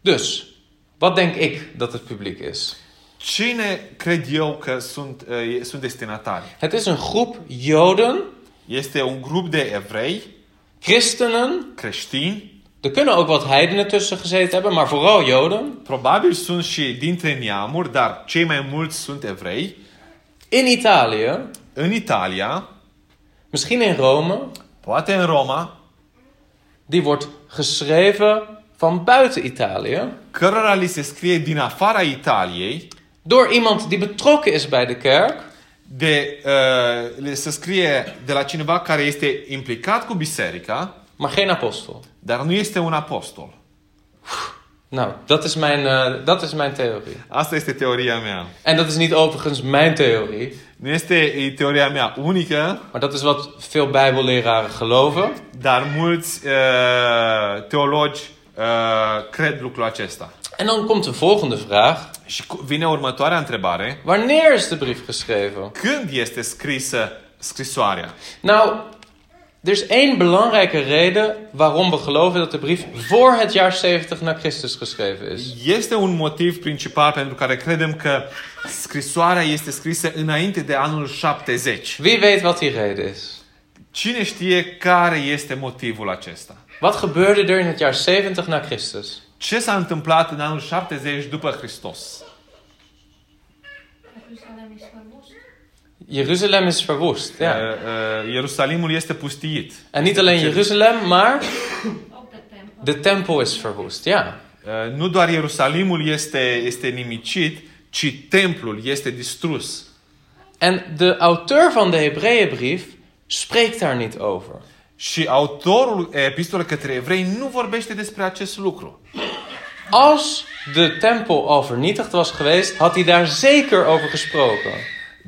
[SPEAKER 1] Dus, wat denk ik dat het publiek is?
[SPEAKER 2] Cine cred eu că sunt, uh, sunt destinatari?
[SPEAKER 1] Het is een groep Joden,
[SPEAKER 2] Este un grup de evrei,
[SPEAKER 1] christenen.
[SPEAKER 2] creștini,
[SPEAKER 1] Er kunnen ook wat heidenen tussen gezeten hebben, maar vooral Joden.
[SPEAKER 2] probabil sunt și dintre neamuri, dar cei mai mulți sunt evrei,
[SPEAKER 1] In Italië,
[SPEAKER 2] în Italia,
[SPEAKER 1] misschien in Rome.
[SPEAKER 2] poate în Roma,
[SPEAKER 1] Die wordt geschreven van buiten Italië.
[SPEAKER 2] cărora li se scrie din afara Italiei,
[SPEAKER 1] Door iemand die betrokken is bij de kerk.
[SPEAKER 2] de, uh, li se scrie de la cineva care este implicat cu biserica,
[SPEAKER 1] maar geen apostel.
[SPEAKER 2] dar nu este un apostol.
[SPEAKER 1] Nou, dat is mijn, eh, dat is mijn theorie.
[SPEAKER 2] Asta este teoria mea.
[SPEAKER 1] En dat is niet overigens mijn theorie,
[SPEAKER 2] Nu este e, teoria mea unică,
[SPEAKER 1] maar dat is wat veel Bijbelleraren geloven.
[SPEAKER 2] dar mulți uh, teologi uh, cred lucrul acesta.
[SPEAKER 1] En dan komt de volgende vraag:
[SPEAKER 2] Și cu- vine următoarea întrebare.
[SPEAKER 1] wanneer is de brief geschreven?
[SPEAKER 2] Când este scrisă scrisoarea?
[SPEAKER 1] Nou, er is één belangrijke reden waarom we geloven dat de brief voor het jaar 70 na Christus geschreven is.
[SPEAKER 2] Este un motiv principal pentru care credem că scrisoarea este scrisă înainte de anul 70.
[SPEAKER 1] Wie weet wat die reden is?
[SPEAKER 2] Cine știe care este motivul acesta?
[SPEAKER 1] Wat gebeurde er in het jaar 70 na Christus?
[SPEAKER 2] Ce s-a întâmplat în anul 70 după Hristos?
[SPEAKER 3] Jeruzalem is verwoest.
[SPEAKER 1] Jeruzalem is verwoest. Ja.
[SPEAKER 2] Uh, uh, Ierusalimul este pustiit.
[SPEAKER 1] En niet alleen Jeruzalem, maar
[SPEAKER 3] Ook de tempel.
[SPEAKER 1] de tempel is verwoest. Ja.
[SPEAKER 2] Uh, nu doar Ierusalimul este, este nimicit, ci templul este distrus.
[SPEAKER 1] En de auteur van de Hebreeënbrief spreekt daar niet over.
[SPEAKER 2] Și autorul epistolei către evrei nu vorbește despre acest lucru.
[SPEAKER 1] Als de tempel al vernietigd was geweest, had hij daar zeker over gesproken.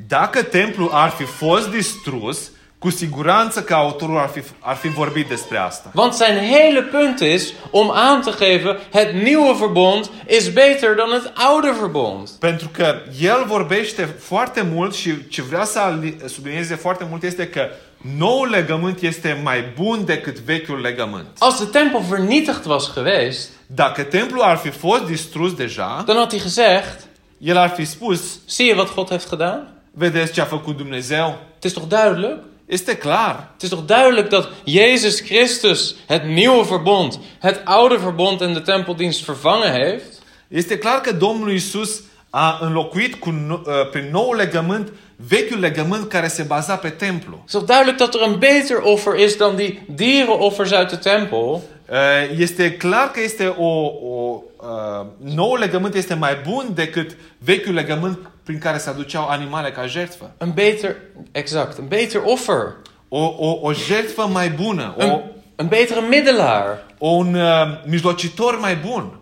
[SPEAKER 2] Dacă templul ar fi fost distrus, cu siguranță că autorul ar fi, ar fi vorbit despre asta.
[SPEAKER 1] Want zijn hele punt is om aan te geven: het nieuwe verbond is beter dan het oude verbond.
[SPEAKER 2] Pentru că el vorbește foarte mult și ce vrea să ali- sublinieze foarte mult este că noul legământ este mai bun decât vechiul legământ.
[SPEAKER 1] Als de tempel vernietigd was geweest,
[SPEAKER 2] Dacă templul ar fi fost distrus deja,
[SPEAKER 1] dan had hij gezegd:
[SPEAKER 2] el ar fi spus,
[SPEAKER 1] zie je wat God heeft gedaan?
[SPEAKER 2] vedeți ce a făcut Dumnezeu?
[SPEAKER 1] Het is toch duidelijk?
[SPEAKER 2] Este clar.
[SPEAKER 1] Het is toch duidelijk dat Jezus Christus het nieuwe verbond, het oude verbond en de tempeldienst vervangen heeft?
[SPEAKER 2] Este clar că Domnul Isus a înlocuit cu, no- ă, prin nou legământ vechiul legământ care se baza pe templu.
[SPEAKER 1] Het is toch duidelijk dat er een beter offer is dan die dierenoffers uit de tempel.
[SPEAKER 2] Eh, Este clar că este o, o uh, nou legământ este mai bun decât vechiul legământ prin care se aduceau animale ca jertfă.
[SPEAKER 1] Een beter, exact, een beter offer.
[SPEAKER 2] O, o, o jertfă mai bună, o,
[SPEAKER 1] Een, een betere middelaar.
[SPEAKER 2] o, un uh, mijlocitor mai bun,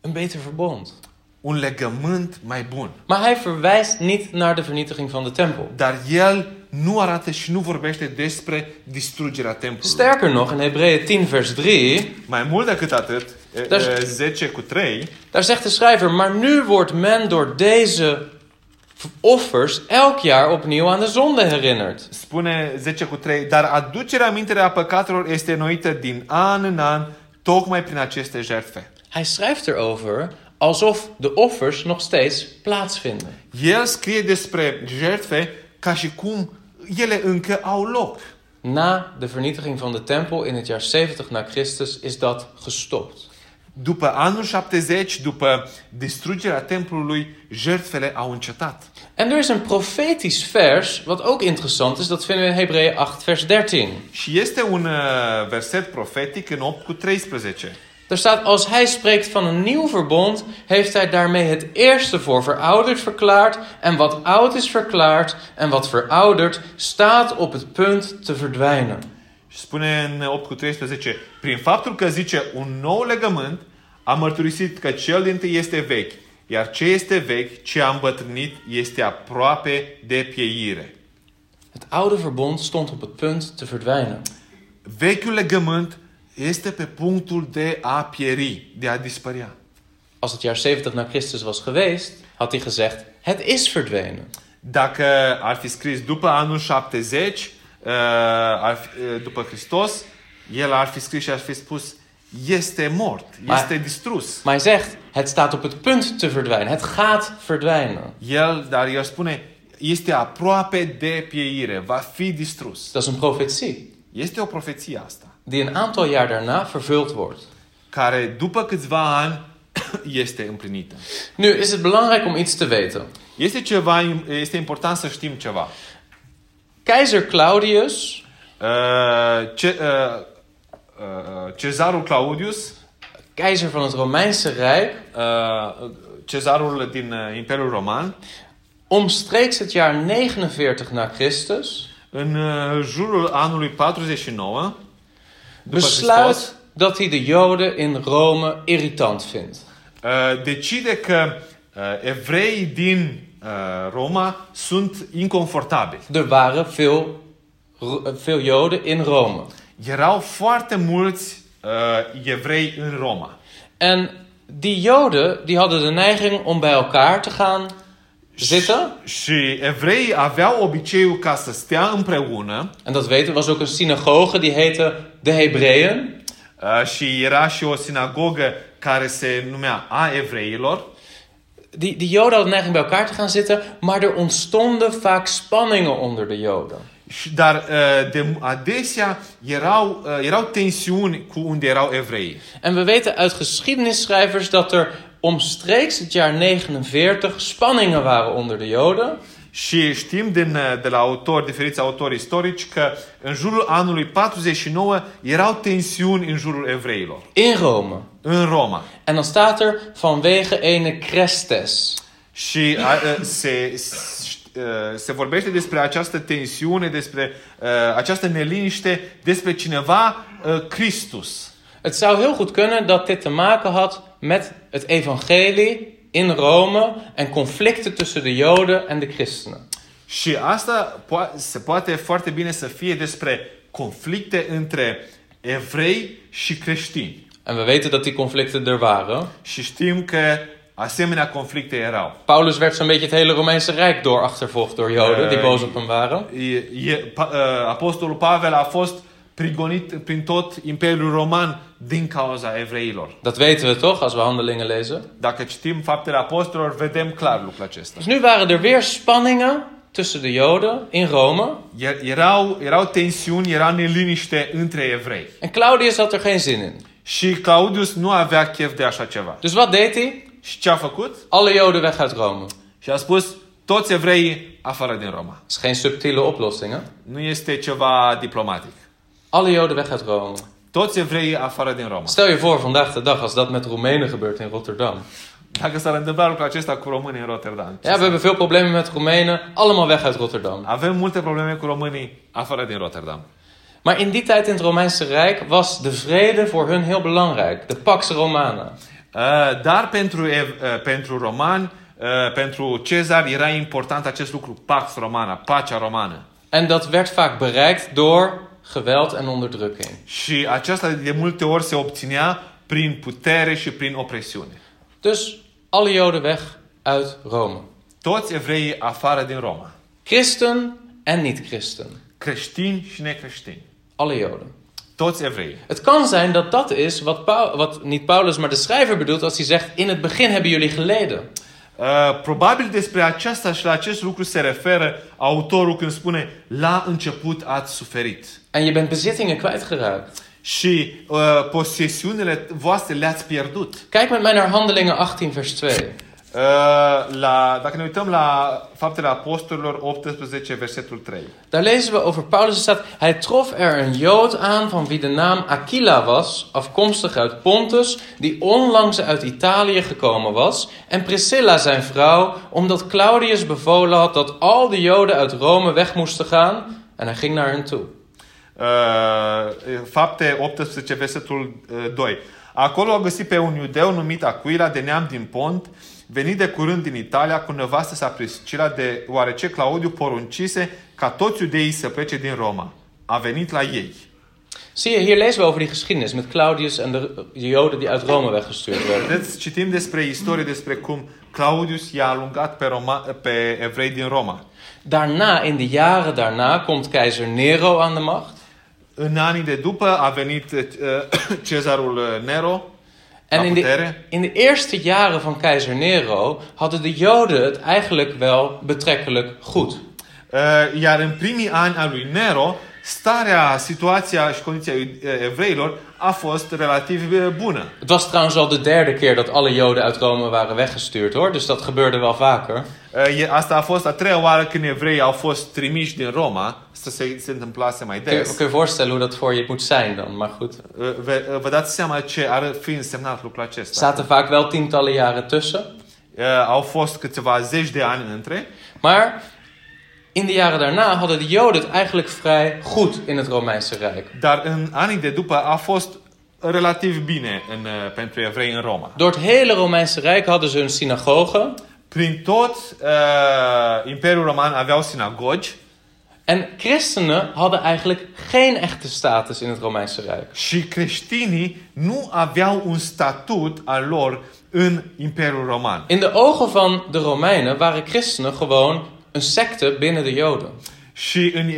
[SPEAKER 1] Een beter verbond.
[SPEAKER 2] un legământ mai bun.
[SPEAKER 1] Maar hij verwijst niet naar de vernietiging van de tempel.
[SPEAKER 2] Dar el nu arată și nu vorbește despre distrugerea templului.
[SPEAKER 1] Sterker nog, in Hebreeën 10, vers 3,
[SPEAKER 2] Mai mult decât atât, e,
[SPEAKER 1] Dar-
[SPEAKER 2] e, 10 cu 3,
[SPEAKER 1] daar zegt de schrijver: Maar nu wordt men door deze offers elk jaar opnieuw aan de zonde herinnerd.
[SPEAKER 2] spune 10 cu 3, dar aducerea minterea păcatelor este noită din an în an, tocmai prin aceste jertfe.
[SPEAKER 1] Hij schrijft erover alsof de offers nog steeds plaatsvinden.
[SPEAKER 2] El scrie despre jertfe ca și cum ele încă au loc.
[SPEAKER 1] Na de vernietiging van de tempel in het jaar 70 na Christus is dat gestopt.
[SPEAKER 2] După anul 70, după distrugerea templului, jertfele au încetat.
[SPEAKER 1] En er is een profetisch vers, wat ook interessant is, dat vinden we in Hebreeën 8, vers 13.
[SPEAKER 2] Și este un uh, verset profetic în 8 cu 13.
[SPEAKER 1] Daar staat, als hij spreekt van een nieuw verbond, heeft hij daarmee het eerste voor verouderd verklaard. En wat oud is verklaard en wat verouderd, staat op het punt te verdwijnen.
[SPEAKER 2] Și spune în 8 cu 13, prin faptul că zice un nou legământ, a mărturisit că cel din tâi este vechi, iar ce este vechi, ce a îmbătrânit, este aproape de pieire.
[SPEAKER 1] Het oude verbond stond op het punt te verdwijnen.
[SPEAKER 2] Vechiul legământ este pe punctul de a pieri, de a dispărea.
[SPEAKER 1] Als het jaar 70 na Christus was geweest, had hij gezegd, het is verdwenen.
[SPEAKER 2] Dacă ar fi scris după anul 70, uh, ar fi, uh, după Hristos, el ar fi scris și ar fi spus, este mort,
[SPEAKER 1] Mai-
[SPEAKER 2] este distrus.
[SPEAKER 1] Maar hij zegt, het staat op het punt te verdwijnen. Het gaat verdwijnen.
[SPEAKER 2] El, dar el spune, este aproape de pieire, va fi distrus.
[SPEAKER 1] Dat is een profetie
[SPEAKER 2] Este o profeție asta,
[SPEAKER 1] die een aantal jaar daarna vervuld wordt.
[SPEAKER 2] care după câțiva ani este împlinită.
[SPEAKER 1] Nu is het belangrijk om iets te weten.
[SPEAKER 2] Este ceva, este important să știm ceva.
[SPEAKER 1] Keizer Claudius,
[SPEAKER 2] Uh, Ce, uh, uh, cezarul Claudius,
[SPEAKER 1] keizer van het Romeinse Rijk,
[SPEAKER 2] uh, cezarul din uh, Imperiul Roman,
[SPEAKER 1] omstreeks het jaar 49 na Christus,
[SPEAKER 2] în uh, jurul anului 49, după Hristos,
[SPEAKER 1] besluit dat hij de Joden in Rome irritant vindt.
[SPEAKER 2] uh, decide că uh, evreii din uh, Roma sunt inconfortabili.
[SPEAKER 1] Er waren veel, Ro- eh, veel Joden in Rome.
[SPEAKER 2] Erau foarte mulți uh, evrei în Roma.
[SPEAKER 1] En die Joden die hadden de neiging om bij elkaar te gaan zitten.
[SPEAKER 2] Și evreii aveau obiceiul ca să stea împreună
[SPEAKER 1] En dat weten, we, was ook een synagoge die heette de Hebreeën.
[SPEAKER 2] uh, și era și o sinagogă care se numea a evreilor.
[SPEAKER 1] Die, die Joden hadden de neiging bij elkaar te gaan zitten, maar er ontstonden vaak spanningen onder de Joden.
[SPEAKER 2] Și- Dar uh, de, adesea erau, uh, erau tensiuni cu unde erau evrei.
[SPEAKER 1] En we weten uit geschiedenisschrijvers dat er omstreeks het jaar 49 spanningen waren onder de Joden.
[SPEAKER 2] Și știm din, uh, de la autori, diferiți autori istorici că în jurul anului 49 erau tensiuni în jurul evreilor,
[SPEAKER 1] in Rome.
[SPEAKER 2] în Roma.
[SPEAKER 1] En dan staat er vanwege ene Crestes.
[SPEAKER 2] Și a, uh, se, s- uh, se vorbește despre această tensiune, despre uh, această neliniște, despre cineva, uh, Christus.
[SPEAKER 1] Het zou heel goed kunnen dat dit te maken had met het evangelie in Rome en conflicten tussen de Joden en de christenen.
[SPEAKER 2] Și asta po- se poate foarte bine să fie despre conflicte între evrei și creștini.
[SPEAKER 1] En we weten dat die conflicten er waren.
[SPEAKER 2] Și știm că asemenea conflicte erau.
[SPEAKER 1] Paulus werd zo'n beetje het hele Romeinse Rijk door achtervolgd door Joden die
[SPEAKER 2] Eh,
[SPEAKER 1] boos op hem waren.
[SPEAKER 2] E, e, pa, uh, Apostolul Pavel a fost prigonit prin tot Imperiul Roman din cauza evreilor.
[SPEAKER 1] Dat weten we toch als we handelingen lezen.
[SPEAKER 2] Dacă citim faptele apostolilor, vedem clar lucrul acesta.
[SPEAKER 1] Dus nu waren er weer spanningen tussen de Joden in Rome.
[SPEAKER 2] E- Erau, erau tensiuni, era neliniște între evrei.
[SPEAKER 1] En Claudius had er geen zin in.
[SPEAKER 2] Și Claudius nu avea chef de așa ceva.
[SPEAKER 1] Dus wat deed hij?
[SPEAKER 2] Și ce a făcut?
[SPEAKER 1] Alle Joden weg uit Rome.
[SPEAKER 2] Și a spus toți evreii afară din Roma.
[SPEAKER 1] Dat is geen subtiele oplossing, hè?
[SPEAKER 2] Nu este ceva diplomatic.
[SPEAKER 1] Alle Joden weg uit Rome.
[SPEAKER 2] Toți evreii afară din Roma.
[SPEAKER 1] Stel je voor vandaag de dag als dat met Roemenen gebeurt in Rotterdam.
[SPEAKER 2] Dacă s-ar întâmpla lucrul acesta cu românii în Rotterdam.
[SPEAKER 1] Ja, we hebben veel problemen met Roemenen, allemaal weg uit Rotterdam.
[SPEAKER 2] Avem multe probleme cu românii afară din Rotterdam.
[SPEAKER 1] Maar in die tijd in het Romeinse Rijk was de vrede voor hun heel belangrijk. De Pax Romana.
[SPEAKER 2] Uh, Dar pentru, ev- uh, pentru romani, uh, pentru Cezar era important acest lucru, pax romana, pacea romană.
[SPEAKER 1] En dat werd vaak bereikt door geweld en onderdrukking.
[SPEAKER 2] Și aceasta de multe ori se obținea prin putere și prin opresiune.
[SPEAKER 1] Dus alle Joden weg uit Rome.
[SPEAKER 2] Toți evreii afară din Roma.
[SPEAKER 1] Christen en niet-christen.
[SPEAKER 2] Creștini și necreștini.
[SPEAKER 1] Alle Joden.
[SPEAKER 2] Toți evreii.
[SPEAKER 1] Het kan zijn dat dat is wat, Pau- wat niet Paulus, maar de schrijver bedoelt als hij zegt: In het begin hebben jullie geleden.
[SPEAKER 2] Uh, probabil despre aceasta și la acest lucru se referă autorul când spune la început ați suferit
[SPEAKER 1] En je bent bezittingen kwijtgeraakt.
[SPEAKER 2] și uh, posesiunile voastre le-ați pierdut.
[SPEAKER 1] Kijk met mij naar Handelingen 18, vers 2.
[SPEAKER 2] Uh, la, dacă ne uităm la Faptele Apostolilor 18, versetul 3.
[SPEAKER 1] Daar lezen we over Paulus. Er staat: Hij trof er een Jood aan van wie de naam Aquila was, afkomstig uit Pontus, die onlangs uit Italië gekomen was, en Priscilla zijn vrouw, omdat Claudius bevolen had dat al de Joden uit Rome weg moesten gaan, en hij ging naar hen toe.
[SPEAKER 2] Uh, fapte 18, versetul uh, 2. Acolo au găsit pe un iudeu numit Acuila, de neam din Pont, venit de curând din Italia cu nevastă sa Priscila, de, oarece Claudiu poruncise ca toți iudeii să plece din Roma. A venit la ei.
[SPEAKER 1] Zie je, hier lezen we over die geschiedenis met Claudius en de, de Joden die uit Rome weggestuurd werden.
[SPEAKER 2] Vedeți, citim despre istorie, despre cum Claudius i-a alungat pe, Roma, pe evrei din Roma.
[SPEAKER 1] Daarna, in de jaren daarna, komt keizer Nero aan de macht.
[SPEAKER 2] În anii de după a venit uh, cezarul uh, Nero
[SPEAKER 1] En
[SPEAKER 2] la
[SPEAKER 1] in de,
[SPEAKER 2] putere.
[SPEAKER 1] in de eerste jaren van keizer Nero hadden de Joden het eigenlijk wel betrekkelijk goed.
[SPEAKER 2] Uh, Iar în primii ani al lui Nero, starea, situația și condiția uh, evreilor a fost relativ uh, bună.
[SPEAKER 1] Het was trouwens al de derde keer dat alle Joden uit Rome waren weggestuurd hoor, dus dat gebeurde wel vaker.
[SPEAKER 2] Uh, e- Asta a fost a treia oară când evreii au fost trimiși din Roma. Asta se, se întâmplase mai
[SPEAKER 1] Kun je,
[SPEAKER 2] des.
[SPEAKER 1] kun je voorstellen hoe dat voor je moet zijn dan, maar goed.
[SPEAKER 2] Uh, Vă, uh, vă dați seama ce ar fi însemnat lucrul
[SPEAKER 1] Er
[SPEAKER 2] acesta.
[SPEAKER 1] zaten vaak wel tientallen jaren tussen.
[SPEAKER 2] Uh, Au fost câteva zeci de ani între.
[SPEAKER 1] Maar in de jaren daarna hadden de Joden het eigenlijk vrij goed in het Romeinse Rijk.
[SPEAKER 2] Dar în anii de după a fost relativ bine în, uh, pentru evrei în Roma.
[SPEAKER 1] Door het hele Romeinse Rijk hadden ze hun synagogen.
[SPEAKER 2] Prin tot uh, Imperiul Roman aveau sinagogi
[SPEAKER 1] En christenen hadden eigenlijk geen echte status in het Romeinse Rijk.
[SPEAKER 2] și creștinii nu aveau un statut al lor în Imperiul Roman.
[SPEAKER 1] In de ogen van de Romeinen waren christenen gewoon een secte binnen de Joden.
[SPEAKER 2] Și în uh,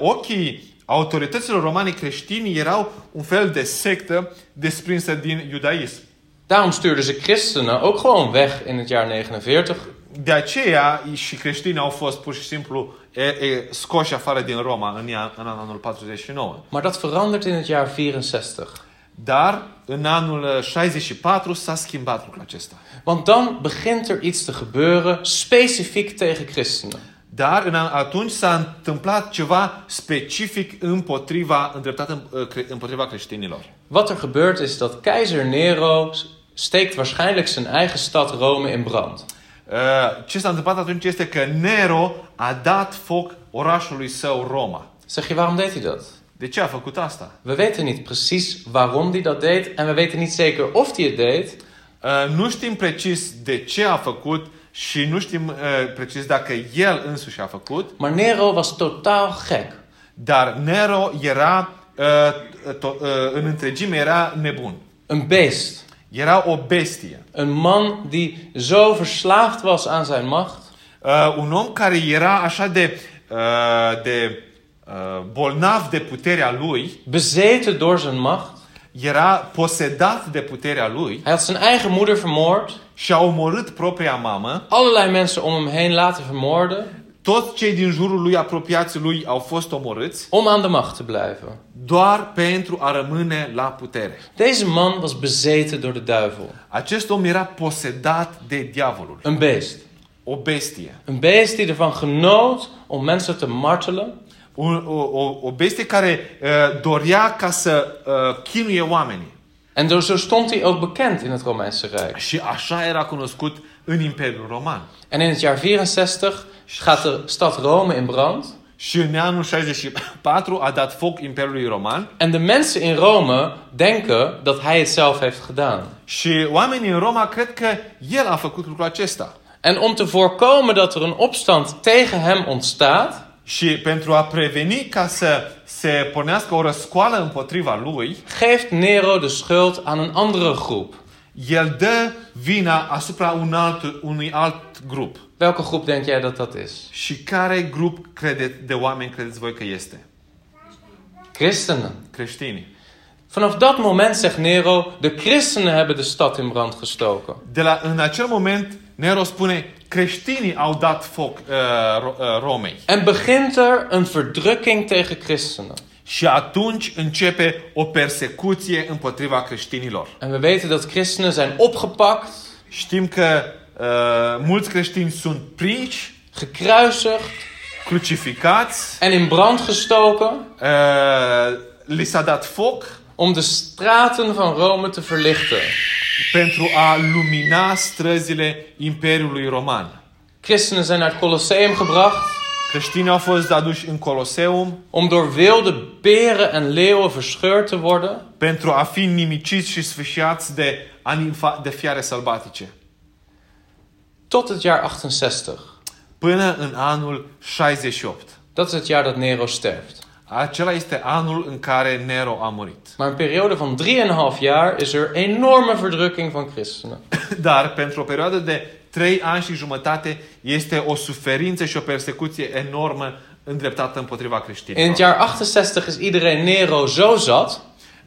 [SPEAKER 2] ochii autorităților romane creștini erau un fel de sectă desprinsă din iudaism.
[SPEAKER 1] Daarom stuurden ze christenen ook gewoon weg in het jaar 49.
[SPEAKER 2] De aceea și creștinii au fost pur și simplu e, e, scoși afară din Roma în, ia- în anul 49.
[SPEAKER 1] Maar dat verandert in het jaar 64.
[SPEAKER 2] Dar în anul uh, 64 s-a schimbat lucrul acesta.
[SPEAKER 1] Want dan begint er iets te gebeuren specifiek tegen christenen.
[SPEAKER 2] Dar în an- atunci s-a întâmplat ceva specific împotriva, îndreptat în- uh, cre- împotriva creștinilor.
[SPEAKER 1] Wat er gebeurt is dat keizer Nero steekt waarschijnlijk zijn eigen stad Rome in brand.
[SPEAKER 2] Uh, Ce s-a întâmplat atunci este că Nero a dat foc orașului său Roma.
[SPEAKER 1] Zeg je, waarom deed hij dat?
[SPEAKER 2] De ce a făcut asta?
[SPEAKER 1] We weten niet precies waarom hij dat deed en we weten niet zeker of hij het deed.
[SPEAKER 2] Uh, Nu știm precis de ce a făcut și nu știm uh, precis dacă el însuși a făcut,
[SPEAKER 1] Maar Nero was totaal gek.
[SPEAKER 2] dar Nero era uh, to- uh, în întregime era nebun.
[SPEAKER 1] Een beest.
[SPEAKER 2] Era o bestie.
[SPEAKER 1] Een man die zo verslaafd was aan zijn macht.
[SPEAKER 2] Uh, Un om care era așa de, uh, de uh, bolnav de puterea lui,
[SPEAKER 1] Bezeten door zijn macht.
[SPEAKER 2] era posedat de puterea lui
[SPEAKER 1] Hij had zijn eigen moeder vermoord.
[SPEAKER 2] și a omorât propria mamă.
[SPEAKER 1] Allerlei mensen om hem heen laten vermoorden.
[SPEAKER 2] Toți cei din jurul lui apropiați lui au fost omorâți
[SPEAKER 1] Om aan de macht te blijven.
[SPEAKER 2] doar pentru a rămâne la putere.
[SPEAKER 1] Deze man was bezeten door de duivel.
[SPEAKER 2] Acest om era posedat de diavolul,
[SPEAKER 1] Een beest.
[SPEAKER 2] o bestie.
[SPEAKER 1] Een beest die ervan genoot om mensen te martelen.
[SPEAKER 2] Un, o, o, o bestie care uh, dorea ca să uh, chinuie oamenii.
[SPEAKER 1] En zo- zo stond hij ook bekend in het Romeinse Rijk.
[SPEAKER 2] Și așa era cunoscut în Imperiul Roman.
[SPEAKER 1] En in het jaar 64 gaat de stad Rome in brand.
[SPEAKER 2] Și în anul 64 a dat foc Imperiului Roman
[SPEAKER 1] En de mensen in Rome denken dat hij het zelf heeft gedaan.
[SPEAKER 2] și oamenii în Roma cred că el a făcut lucrul acesta.
[SPEAKER 1] En om te voorkomen dat er een opstand tegen hem ontstaat,
[SPEAKER 2] Și pentru a preveni ca să se pornească o răscoală împotriva lui,
[SPEAKER 1] geeft Nero de schuld aan een andere groep.
[SPEAKER 2] el dă vina asupra un alt, unui alt grup.
[SPEAKER 1] Welke groep denk jij dat dat is?
[SPEAKER 2] Și care grup crede, de oameni credeți voi că este?
[SPEAKER 1] Christenen.
[SPEAKER 2] Creștinii.
[SPEAKER 1] Vanaf dat moment zegt Nero: de christenen hebben de stad in brand gestoken.
[SPEAKER 2] De la, în acel moment, Nero spune, creștinii au dat foc uh, ro- uh, Romei.
[SPEAKER 1] En begint er een verdrukking tegen christenen.
[SPEAKER 2] Și atunci începe o persecuție împotriva creștinilor.
[SPEAKER 1] En we weten dat christenen zijn opgepakt,
[SPEAKER 2] Știm că uh, mulți creștini sunt prinși,
[SPEAKER 1] gekruisigd
[SPEAKER 2] crucificați,
[SPEAKER 1] en in brand gestoken
[SPEAKER 2] uh, li s-a dat foc
[SPEAKER 1] om de straten van Rome te verlichten.
[SPEAKER 2] pentru a lumina străzile Imperiului Roman.
[SPEAKER 1] Christenen zijn naar het Colosseum gebracht
[SPEAKER 2] Creștinii au fost aduși în Coloseum
[SPEAKER 1] om door wilde beren en leeuwen verscheurd te worden.
[SPEAKER 2] pentru a fi nimiciți și sfâșiați de, anima- de fiare sălbatice.
[SPEAKER 1] Tot het jaar 68.
[SPEAKER 2] Până în anul 68.
[SPEAKER 1] Dat is het jaar dat Nero sterft.
[SPEAKER 2] Acela este anul în care Nero a murit.
[SPEAKER 1] Maar een periode van 3,5 jaar is er enorme verdrukking van christenen.
[SPEAKER 2] Dar pentru o perioadă de trei ani și jumătate este o suferință și o persecuție enormă îndreptată împotriva
[SPEAKER 1] In het
[SPEAKER 2] creștinilor.
[SPEAKER 1] jaar 68 is iedereen Nero zo zat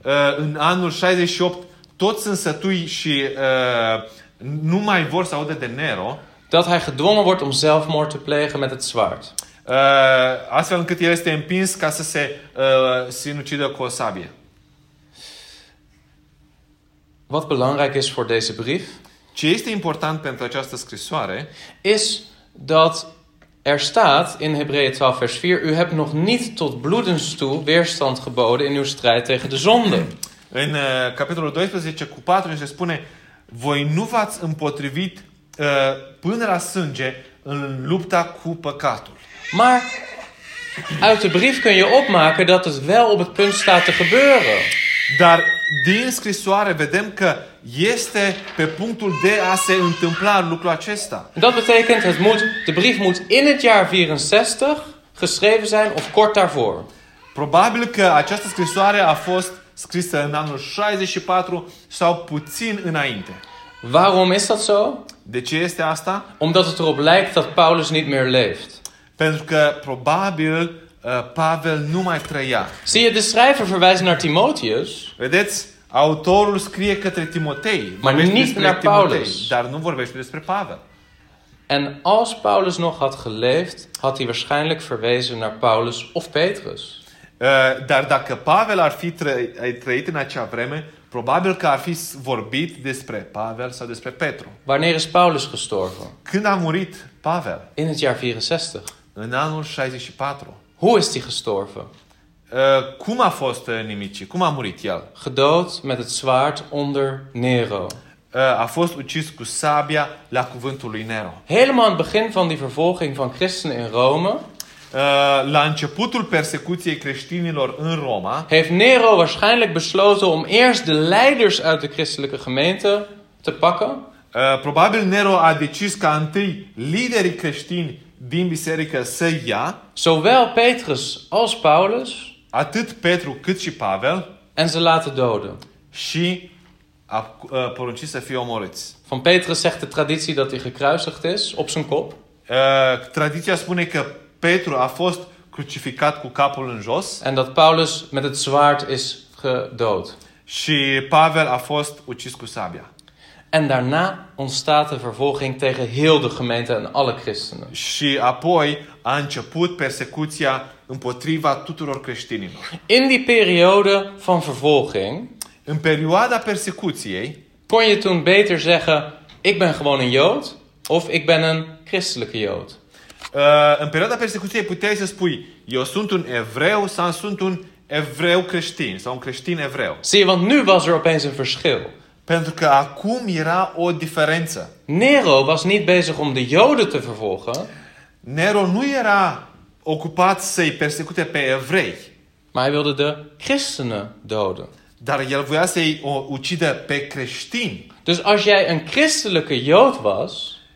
[SPEAKER 2] Uh, În anul 68 toți sunt sătui și uh, nu mai vor să audă de Nero,
[SPEAKER 1] dat hij gedwongen wordt om zelfmoord te plegen met het zwaard.
[SPEAKER 2] uh, astfel încât el este împins ca să se uh, sinucidă cu o sabie.
[SPEAKER 1] Wat belangrijk is voor deze brief,
[SPEAKER 2] Ce este important pentru această scrisoare
[SPEAKER 1] is dat er staat in Hebreeën 12, vers 4: U hebt nog niet tot bloedens toe weerstand geboden in uw strijd tegen de zonde.
[SPEAKER 2] În uh, capitolul 12 cu 4 ni se spune Voi nu v-ați împotrivit uh, până la sânge în lupta cu păcatul.
[SPEAKER 1] Maar uit de brief kun je opmaken dat het wel op het punt staat te gebeuren.
[SPEAKER 2] Dar din scrisoare vedem că este pe punctul de a se întâmpla lucrul acesta.
[SPEAKER 1] Dat betekent, het moet, de brief moet in het jaar 64 geschreven zijn of kort daarvoor.
[SPEAKER 2] Probabil că această scrisoare a fost scrisă în anul 64 sau puțin înainte.
[SPEAKER 1] Waarom is dat zo?
[SPEAKER 2] De ce este asta?
[SPEAKER 1] Omdat het erop lijkt dat Paulus niet meer leeft.
[SPEAKER 2] Pentru că probabil uh, Pavel nu mai trăia.
[SPEAKER 1] Zie je, de schrijver verwijst naar Timotheus.
[SPEAKER 2] Vedeți? Autorul scrie către Timotei. Vorbește
[SPEAKER 1] nici
[SPEAKER 2] despre
[SPEAKER 1] la
[SPEAKER 2] Timotei,
[SPEAKER 1] Paulus.
[SPEAKER 2] Dar nu vorbește despre Pavel. Uh,
[SPEAKER 1] En als Paulus nog had geleefd, had hij waarschijnlijk verwezen naar Paulus of Petrus.
[SPEAKER 2] Uh, Dar dacă Pavel ar fi tră- ai trăit în acea vreme, probabil că ar fi s- vorbit despre Pavel sau despre Petru.
[SPEAKER 1] Wanneer is Paulus gestorven?
[SPEAKER 2] Când a murit Pavel?
[SPEAKER 1] In het jaar 64.
[SPEAKER 2] În anul 64.
[SPEAKER 1] Hoe is hij gestorven?
[SPEAKER 2] Uh, Cum a fost uh, nimicit? Cum a murit el?
[SPEAKER 1] Gedood met het zwaard onder Nero.
[SPEAKER 2] Uh, A fost ucis cu sabia la cuvântul lui Nero.
[SPEAKER 1] Helemaal aan het begin van die vervolging van christenen in Rome
[SPEAKER 2] Uh, La începutul persecuției creștinilor în Roma,
[SPEAKER 1] heeft Nero waarschijnlijk besloten om eerst de leiders uit de christelijke gemeente te pakken
[SPEAKER 2] Uh, Probabil Nero a decis ca întâi liderii creștini din biserică să ia
[SPEAKER 1] Zowel Petrus als Paulus
[SPEAKER 2] atât Petru cât și Pavel
[SPEAKER 1] en ze laten doden.
[SPEAKER 2] și a uh, poruncit să fie omorâți.
[SPEAKER 1] Van Petrus zegt de traditie dat hij gekruisigd is op zijn kop.
[SPEAKER 2] Uh, Tradiția spune că Petru a fost crucificat cu capul în jos
[SPEAKER 1] En dat Paulus met het zwaard is gedood.
[SPEAKER 2] și Pavel a fost ucis cu sabia.
[SPEAKER 1] En daarna ontstaat de vervolging tegen heel de gemeente en alle christenen.
[SPEAKER 2] Și apoi a început persecuția împotriva tuturor creștinilor.
[SPEAKER 1] In die periode van vervolging
[SPEAKER 2] În perioada persecuției,
[SPEAKER 1] kon je toen beter zeggen: Ik ben gewoon een Jood of ik ben een christelijke Jood.
[SPEAKER 2] Uh, în perioada persecuției puteai să spui eu sunt un evreu sau sunt un evreu creștin sau un creștin evreu.
[SPEAKER 1] Zie je, want nu was er opeens een verschil.
[SPEAKER 2] Pentru că acum era o diferență.
[SPEAKER 1] Nero was niet bezig om de Joden te vervolgen,
[SPEAKER 2] Nero nu era ocupat să-i persecute pe evrei,
[SPEAKER 1] maar hij wilde de christenen doden.
[SPEAKER 2] dar el voia să-i o ucidă pe creștini.
[SPEAKER 1] Dus als jij een christelijke Jood was,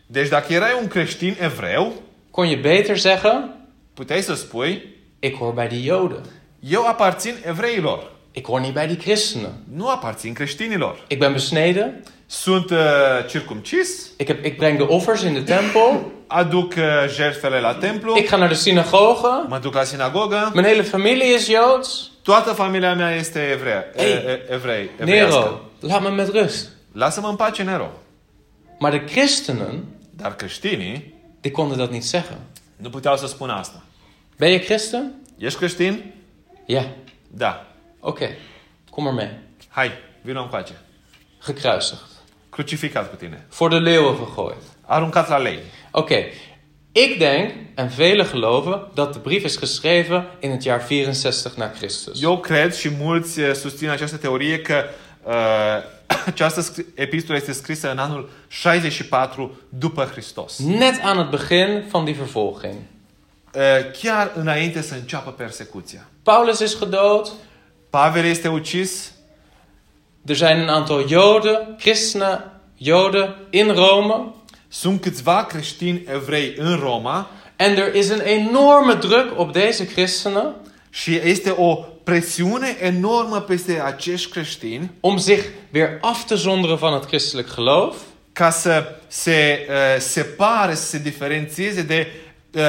[SPEAKER 2] Deci dacă erai un creștin evreu,
[SPEAKER 1] kon je beter zeggen:
[SPEAKER 2] puteai să spui
[SPEAKER 1] Ik hoor bij die Joden.
[SPEAKER 2] eu aparțin evreilor,
[SPEAKER 1] Ik hoor niet bij die christenen.
[SPEAKER 2] nu aparțin creștinilor.
[SPEAKER 1] Ik ben besneden.
[SPEAKER 2] Sunt uh, circumcis,
[SPEAKER 1] Ik, heb, ik breng de offers in de tempel.
[SPEAKER 2] aduc uh, jertfele la templu,
[SPEAKER 1] Ik ga naar de synagoge.
[SPEAKER 2] mă duc la sinagogă,
[SPEAKER 1] Mijn hele familie is Joods.
[SPEAKER 2] Toată familia mea este evre-
[SPEAKER 1] Ei,
[SPEAKER 2] e- e- evrei. evreiască.
[SPEAKER 1] Nero, laat me met rust.
[SPEAKER 2] Lasă-mă în pace, Nero.
[SPEAKER 1] Maar de christenen,
[SPEAKER 2] Dar creștinii
[SPEAKER 1] die konden dat niet zeggen.
[SPEAKER 2] nu puteau să spună asta.
[SPEAKER 1] Ben je christen?
[SPEAKER 2] Ești creștin?
[SPEAKER 1] Ja.
[SPEAKER 2] Da.
[SPEAKER 1] Oké, kom maar mee.
[SPEAKER 2] Hai, vină încoace.
[SPEAKER 1] Gekruisigd.
[SPEAKER 2] Crucificat cu tine.
[SPEAKER 1] Voor de leeuwen gegooid.
[SPEAKER 2] Aruncat la lei.
[SPEAKER 1] Oké, ik denk, en velen geloven, dat de brief is geschreven in het jaar 64 na Christus.
[SPEAKER 2] Eu cred și mulți eh, susțin această teorie că uh, această scri- epistolă este scrisă în anul 64 după Hristos.
[SPEAKER 1] Net aan het begin van die vervolging.
[SPEAKER 2] Eh, chiar înainte să înceapă persecuția.
[SPEAKER 1] Paulus is gedood.
[SPEAKER 2] Pavel este ucis,
[SPEAKER 1] Er zijn een aantal Joden, christenen, Joden in Rome.
[SPEAKER 2] sunt câțiva creștini evrei în Roma,
[SPEAKER 1] En er is een enorme druk op deze christenen
[SPEAKER 2] Și este o presiune enormă peste acești creștini
[SPEAKER 1] om zich weer af te zonderen van het christelijk geloof.
[SPEAKER 2] ca să se uh, separe, să se diferențieze de uh,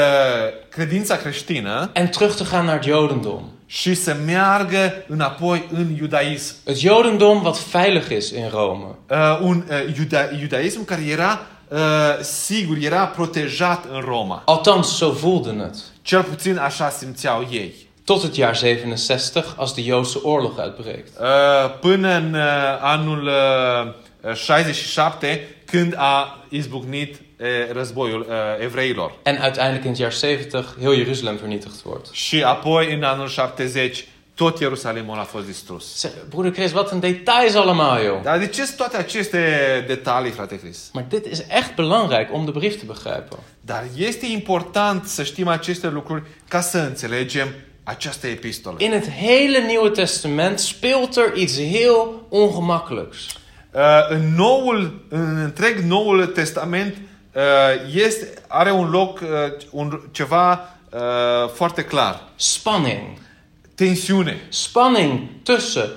[SPEAKER 2] credința creștină
[SPEAKER 1] en terug te gaan naar het Jodendom.
[SPEAKER 2] și să meargă înapoi în iudaism.
[SPEAKER 1] Het Jodendom wat veilig is in Rome.
[SPEAKER 2] Uh, un uh, iuda- iudaism care era uh, sigur, era protejat în Roma.
[SPEAKER 1] Althans, zo voelden het.
[SPEAKER 2] Cel puțin așa simțeau ei.
[SPEAKER 1] Tot het jaar 67, als de Joodse oorlog uitbreekt.
[SPEAKER 2] Uh, până în uh, anul uh, 67, când a izbucnit uh, războiul uh, evreilor.
[SPEAKER 1] En uiteindelijk in het jaar 70 heel Jeruzalem vernietigd wordt.
[SPEAKER 2] Și apoi, în anul 70, tot Ierusalimul a fost distrus.
[SPEAKER 1] Zeg, broeder Chris, wat een details allemaal, joh.
[SPEAKER 2] Dar de ce sunt toate aceste detalii, frate Chris?
[SPEAKER 1] Maar dit is echt belangrijk om de brief te begrijpen.
[SPEAKER 2] Dar este important să știm aceste lucruri ca să înțelegem această epistolă.
[SPEAKER 1] In het hele Nieuwe Testament speelt er iets heel ongemakkelijks.
[SPEAKER 2] Uh, În noul, în întreg Noul Testament uh, este, are un loc, uh, un, ceva uh, foarte clar.
[SPEAKER 1] Spanning.
[SPEAKER 2] Tensiune.
[SPEAKER 1] Spanning tussen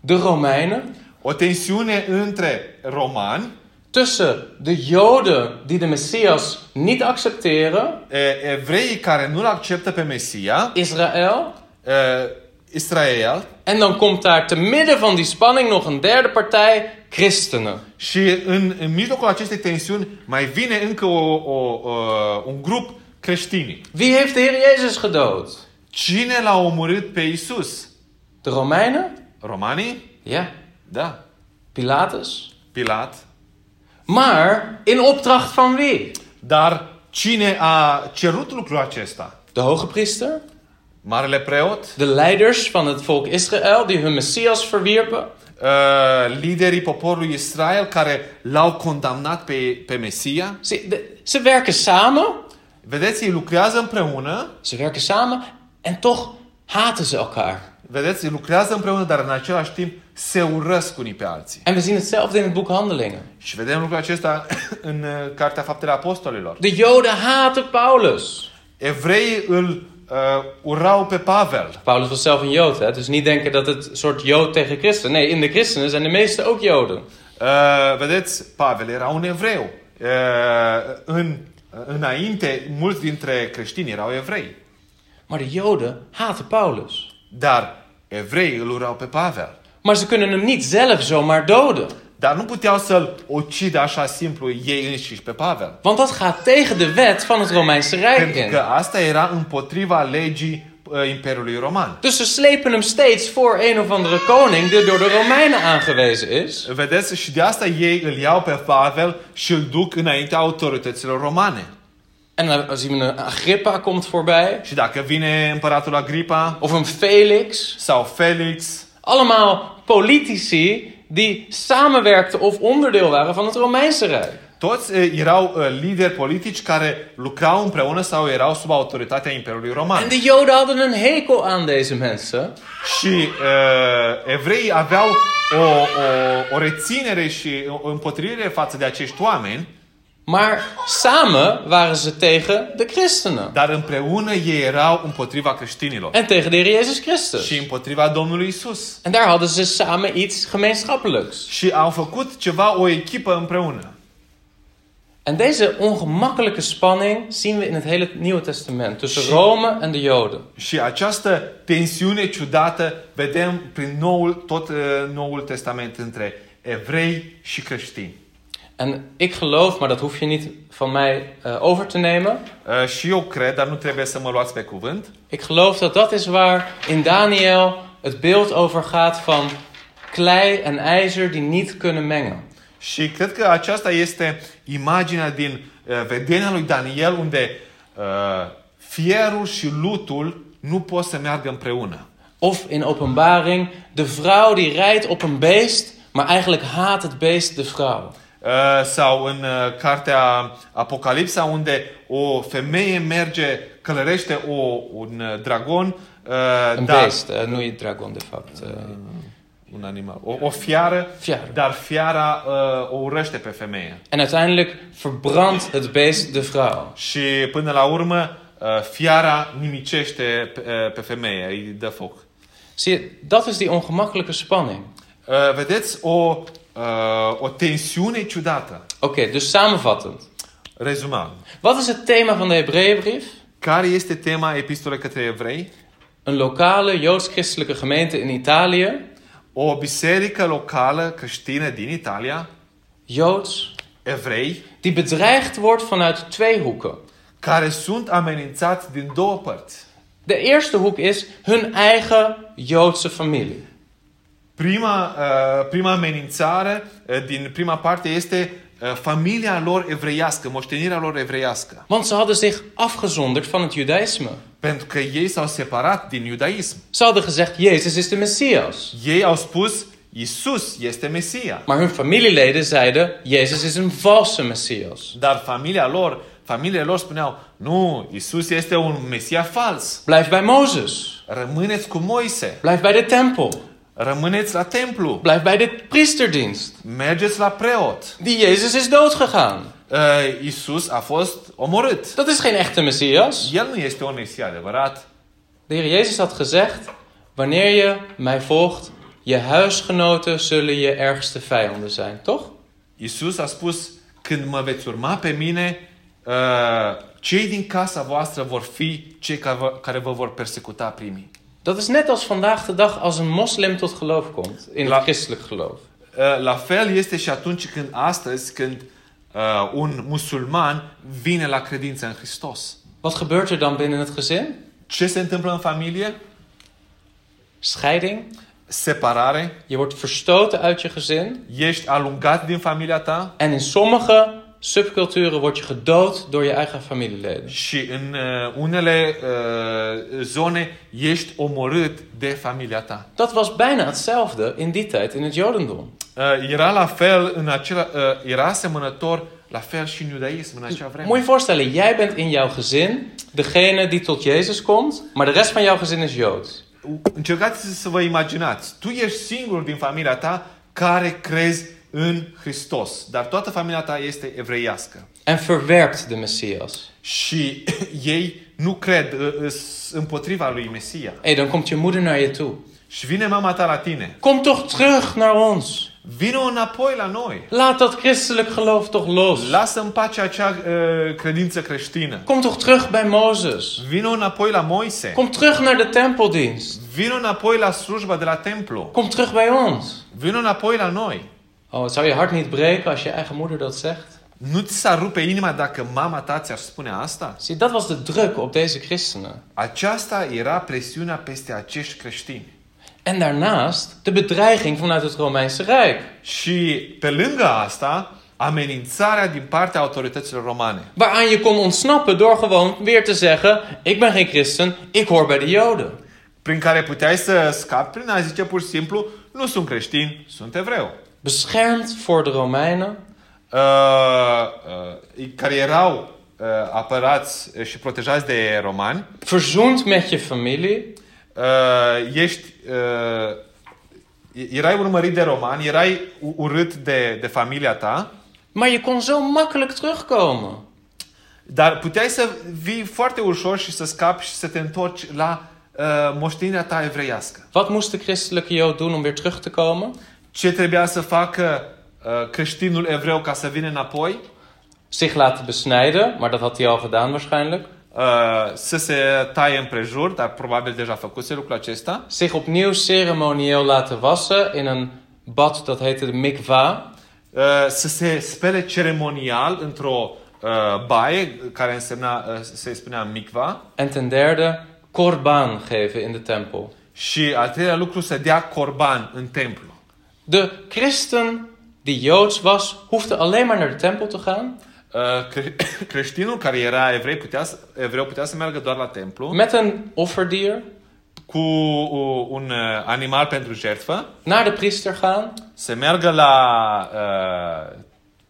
[SPEAKER 1] de Romeinen,
[SPEAKER 2] O tensiune între romani,
[SPEAKER 1] tussen de Joden die de Messias niet accepteren,
[SPEAKER 2] eh, evreii care nu-l acceptă pe Mesia,
[SPEAKER 1] Israël.
[SPEAKER 2] eh, Israel,
[SPEAKER 1] En dan komt daar te midden van die spanning nog een derde partij, christenen.
[SPEAKER 2] Și în, în mijlocul acestei tensiuni mai vine încă o, o, o, un grup creștini.
[SPEAKER 1] Wie heeft de Heer Jezus gedood?
[SPEAKER 2] Cine l-a omorât pe Isus?
[SPEAKER 1] De Romeinen?
[SPEAKER 2] Romanii?
[SPEAKER 1] Ja,
[SPEAKER 2] Da.
[SPEAKER 1] Pilatus.
[SPEAKER 2] Pilat.
[SPEAKER 1] Maar in opdracht van wie?
[SPEAKER 2] Dar cine a cerut lucrul acesta?
[SPEAKER 1] De hoge priester?
[SPEAKER 2] Marele preot?
[SPEAKER 1] De leiders van het volk Israël die hun Messias verwierpen?
[SPEAKER 2] Uh, Liderii poporului Israel care l-au condamnat pe, pe Mesia?
[SPEAKER 1] Ze, de- ze werken samen.
[SPEAKER 2] Vedeți, ei lucrează împreună,
[SPEAKER 1] Ze werken samen en toch haten ze elkaar.
[SPEAKER 2] vedeți, ei lucrează împreună, dar în același timp se urăsc unii pe alții.
[SPEAKER 1] En we zien hetzelfde in het boek Handelingen.
[SPEAKER 2] Și vedem lucrul acesta în uh, Cartea Faptele Apostolilor.
[SPEAKER 1] De Joden haten Paulus.
[SPEAKER 2] Evreii îl uh, urau pe Pavel.
[SPEAKER 1] Paulus was zelf een Jood, hè? dus niet denken dat het een soort Jood tegen Christen. Nee, in de christenen zijn de meesten ook Joden.
[SPEAKER 2] Uh, vedeți, Pavel era un evreu. Uh, în, înainte, mulți dintre creștini erau evrei.
[SPEAKER 1] Maar de Joden haten Paulus.
[SPEAKER 2] Dar evreii îl urau pe Pavel.
[SPEAKER 1] Maar ze kunnen hem niet zelf zomaar doden.
[SPEAKER 2] Dar nu puteau să-l ucidă așa simplu ei înșiși pe Pavel.
[SPEAKER 1] Want dat gaat tegen de wet van het Romeinse Rijk
[SPEAKER 2] Pentru că
[SPEAKER 1] in.
[SPEAKER 2] asta era împotriva legii uh, Imperiului Roman.
[SPEAKER 1] Dus ze slepen hem steeds voor een of andere koning die door de Romeinen aangewezen is.
[SPEAKER 2] Vedeți? Și de asta ei îl iau pe Pavel și îl duc înaintea autorităților romane.
[SPEAKER 1] En dan zien we een Agrippa komt voorbij.
[SPEAKER 2] Și dacă vine împăratul Agripa
[SPEAKER 1] Of een Felix.
[SPEAKER 2] sau Felix,
[SPEAKER 1] Allemaal politici die samenwerkten of onderdeel waren van het Romeinse Rijk.
[SPEAKER 2] Toți eh, erau eh, lideri politici care lucrau împreună sau erau sub autoritatea Imperiului Roman.
[SPEAKER 1] En de Joden hadden een hekel aan deze mensen.
[SPEAKER 2] Și uh, evreii aveau o, o, o reținere și o împotrivire față de acești oameni,
[SPEAKER 1] Maar samen waren ze tegen de christenen.
[SPEAKER 2] dar împreună ei erau împotriva creștinilor
[SPEAKER 1] En tegen de Heer Jezus Christus.
[SPEAKER 2] și împotriva Domnului Isus.
[SPEAKER 1] En daar hadden ze samen iets gemeenschappelijks.
[SPEAKER 2] Și au făcut ceva, o echipă împreună.
[SPEAKER 1] En deze ongemakkelijke spanning zien we in het hele Nieuwe Testament. Tussen Rome en de Joden.
[SPEAKER 2] Și această tensiune ciudată vedem prin noul, tot uh, Noul Testament între evrei și creștini.
[SPEAKER 1] En ik geloof, maar dat hoef je niet van mij eh, over te nemen.
[SPEAKER 2] Uh, și eu cred, dar nu trebuie să mă luați pe cuvânt,
[SPEAKER 1] Ik geloof dat dat is waar in Daniel het beeld over gaat van klei en ijzer die niet kunnen mengen.
[SPEAKER 2] și cred că aceasta este imaginea din uh, vedenia lui Daniel, unde uh, fierul și lutul nu pot să meargă împreună.
[SPEAKER 1] Of in openbaring, de vrouw die rijdt op een beest, maar eigenlijk haat het beest de vrouw.
[SPEAKER 2] Uh, sau în uh, cartea Apocalipsa, unde o femeie merge, călărește o, un uh, dragon, uh,
[SPEAKER 1] Een
[SPEAKER 2] dar,
[SPEAKER 1] beest, eh, noem je dragon de fapt. eh,
[SPEAKER 2] un animal, o, o fiară,
[SPEAKER 1] Fiară.
[SPEAKER 2] dar fiara uh, o urăște pe femeie.
[SPEAKER 1] En uiteindelijk verbrandt het beest de vrouw.
[SPEAKER 2] Și până la urmă, uh, fiara nimicește pe- uh, pe femeie, îi dă foc.
[SPEAKER 1] Zie je, dat is die ongemakkelijke spanning.
[SPEAKER 2] Uh, Vedeți o, uh, o tensiune ciudată.
[SPEAKER 1] Oké, dus samenvattend.
[SPEAKER 2] Rezuma.
[SPEAKER 1] Wat is het thema van de Hebreeënbrief?
[SPEAKER 2] Care este tema epistolei către evrei?
[SPEAKER 1] Een lokale joods-christelijke gemeente in Italië,
[SPEAKER 2] O biserică locală creștină din Italia,
[SPEAKER 1] joods,
[SPEAKER 2] evrei,
[SPEAKER 1] die bedreigd wordt vanuit twee hoeken.
[SPEAKER 2] care sunt amenințați din două părți.
[SPEAKER 1] De eerste hoek is hun eigen joodse familie.
[SPEAKER 2] Prima, uh, prima amenințare uh, din prima parte este uh, familia lor evreiască, moștenirea lor evreiască.
[SPEAKER 1] Want ze hadden zich afgezonderd van het judaïsme.
[SPEAKER 2] Pentru că ei s-au separat din iudaism.
[SPEAKER 1] Ze hadden gezegd, Jezus is de Messias.
[SPEAKER 2] Ei au spus, Isus este Mesia.
[SPEAKER 1] Maar hun familieleden zeiden, Jezus is een valse Messias.
[SPEAKER 2] Dar familia lor, familiile lor spuneau, nu, Isus este un Mesia fals.
[SPEAKER 1] Blijf bij Mozes.
[SPEAKER 2] Rămâneți cu Moise,
[SPEAKER 1] Blijf bij de tempel.
[SPEAKER 2] rămâneți la templu,
[SPEAKER 1] Blijf bij de priesterdienst.
[SPEAKER 2] mergeți la preot.
[SPEAKER 1] Die Jezus is doodgegaan.
[SPEAKER 2] Uh, Isus a fost omorât.
[SPEAKER 1] Dat is geen echte Messias.
[SPEAKER 2] El nu este un Mesia adevărat.
[SPEAKER 1] De Heer Jezus had gezegd, wanneer je mij volgt, je huisgenoten zullen je ergste vijanden zijn, toch?
[SPEAKER 2] Isus a spus, când mă veți urma pe mine, uh, cei din casa voastră vor fi cei ca vă- care vă vor persecuta primii.
[SPEAKER 1] Dat is net als vandaag de dag als een moslim tot geloof komt, in het
[SPEAKER 2] La-
[SPEAKER 1] christelijk geloof.
[SPEAKER 2] Uh, La fel este și atunci când astăzi, când uh, un musulman vine la credință în Hristos.
[SPEAKER 1] Wat gebeurt er dan binnen het gezin?
[SPEAKER 2] Ce se întâmplă în familie?
[SPEAKER 1] Scheiding.
[SPEAKER 2] Separare.
[SPEAKER 1] Je wordt verstoten uit je gezin.
[SPEAKER 2] Ești alungat din familia ta
[SPEAKER 1] En in sommige subculturen word je gedood door je eigen familieleden.
[SPEAKER 2] și în uh, unele uh, zone ești omorât de familia ta.
[SPEAKER 1] Dat was bijna hetzelfde in die tijd in het Jodendom.
[SPEAKER 2] Uh, Era la fel în acela, uh, era asemănător la fel și în iudaism în acea vreme.
[SPEAKER 1] Moet je je voorstellen, jij bent in jouw gezin degene die tot Jezus komt, maar de rest van jouw gezin is Joods.
[SPEAKER 2] Încercați să vă imaginați. Tu ești singurul din familia ta care crezi în Hristos, dar toată familia ta este evreiască.
[SPEAKER 1] En verwerpt de Messias.
[SPEAKER 2] Și ei nu cred uh, uh, s- împotriva lui Mesia.
[SPEAKER 1] Hé, dan komt je moeder naar je toe.
[SPEAKER 2] Și vine mama ta la tine.
[SPEAKER 1] Kom toch terug naar ons.
[SPEAKER 2] Vino înapoi la noi.
[SPEAKER 1] Laat dat christelijk geloof toch los.
[SPEAKER 2] Lasă în pace acea uh, credință creștină.
[SPEAKER 1] Kom toch terug bij Mozes.
[SPEAKER 2] Vino înapoi la Moise.
[SPEAKER 1] Kom terug naar de tempeldienst.
[SPEAKER 2] Vino înapoi la slujba de la templu.
[SPEAKER 1] Kom terug bij ons.
[SPEAKER 2] Vino înapoi la noi.
[SPEAKER 1] Oh, het zou je hart niet breken als je eigen moeder dat zegt?
[SPEAKER 2] Nu ți s-ar rupe inima dacă mama ta ți-ar spune asta?
[SPEAKER 1] Zie, dat was de druk op deze christenen.
[SPEAKER 2] Aceasta era presiunea peste acești creștini.
[SPEAKER 1] En daarnaast de bedreiging vanuit het Romeinse Rijk.
[SPEAKER 2] Și pe lângă asta, amenințarea din partea autorităților romane.
[SPEAKER 1] Waaraan je kon ontsnappen door gewoon weer te zeggen: Ik ben geen christen, ik hoor bij de Joden.
[SPEAKER 2] Prin care puteai să scapi prin a zice pur și simplu, nu sunt creștin, sunt evreu.
[SPEAKER 1] Beschermd voor de Romeinen,
[SPEAKER 2] Uh, uh, care erau uh, apărați și protejați de romani,
[SPEAKER 1] verzoend met je familie,
[SPEAKER 2] uh, ești, uh, erai urmărit de romani, erai u- urât de, de familia ta,
[SPEAKER 1] maar je kon zo makkelijk terugkomen.
[SPEAKER 2] Dar puteai să vii foarte ușor și să scapi și să te întorci la uh, moștenirea ta evreiască.
[SPEAKER 1] Wat moest de christelijke Jood doen om weer terug te komen?
[SPEAKER 2] Ce trebuia să facă uh, creștinul evreu ca să vină înapoi?
[SPEAKER 1] Zich laten besnijden, maar dat had hij al gedaan waarschijnlijk.
[SPEAKER 2] Uh, să se taie împrejur, dar probabil deja făcuse lucrul acesta.
[SPEAKER 1] Zich opnieuw ceremonieel laten wassen in een bad dat heette de mikva.
[SPEAKER 2] Uh, să se spele ceremonial într-o uh, baie, care însemna, uh, se spunea micva.
[SPEAKER 1] En ten derde, korbaan geven in de tempel.
[SPEAKER 2] Și al treilea lucru, să dea corban în templu.
[SPEAKER 1] De christen die joods was, hoefde alleen maar naar de tempel te gaan.
[SPEAKER 2] Uh, cre- creștinul care era evrei putea să, evreu putea să meargă doar la templu.
[SPEAKER 1] Met een offerdier,
[SPEAKER 2] cu uh, un uh, animal pentru jertfă,
[SPEAKER 1] naar de priester gaan.
[SPEAKER 2] se meargă la uh,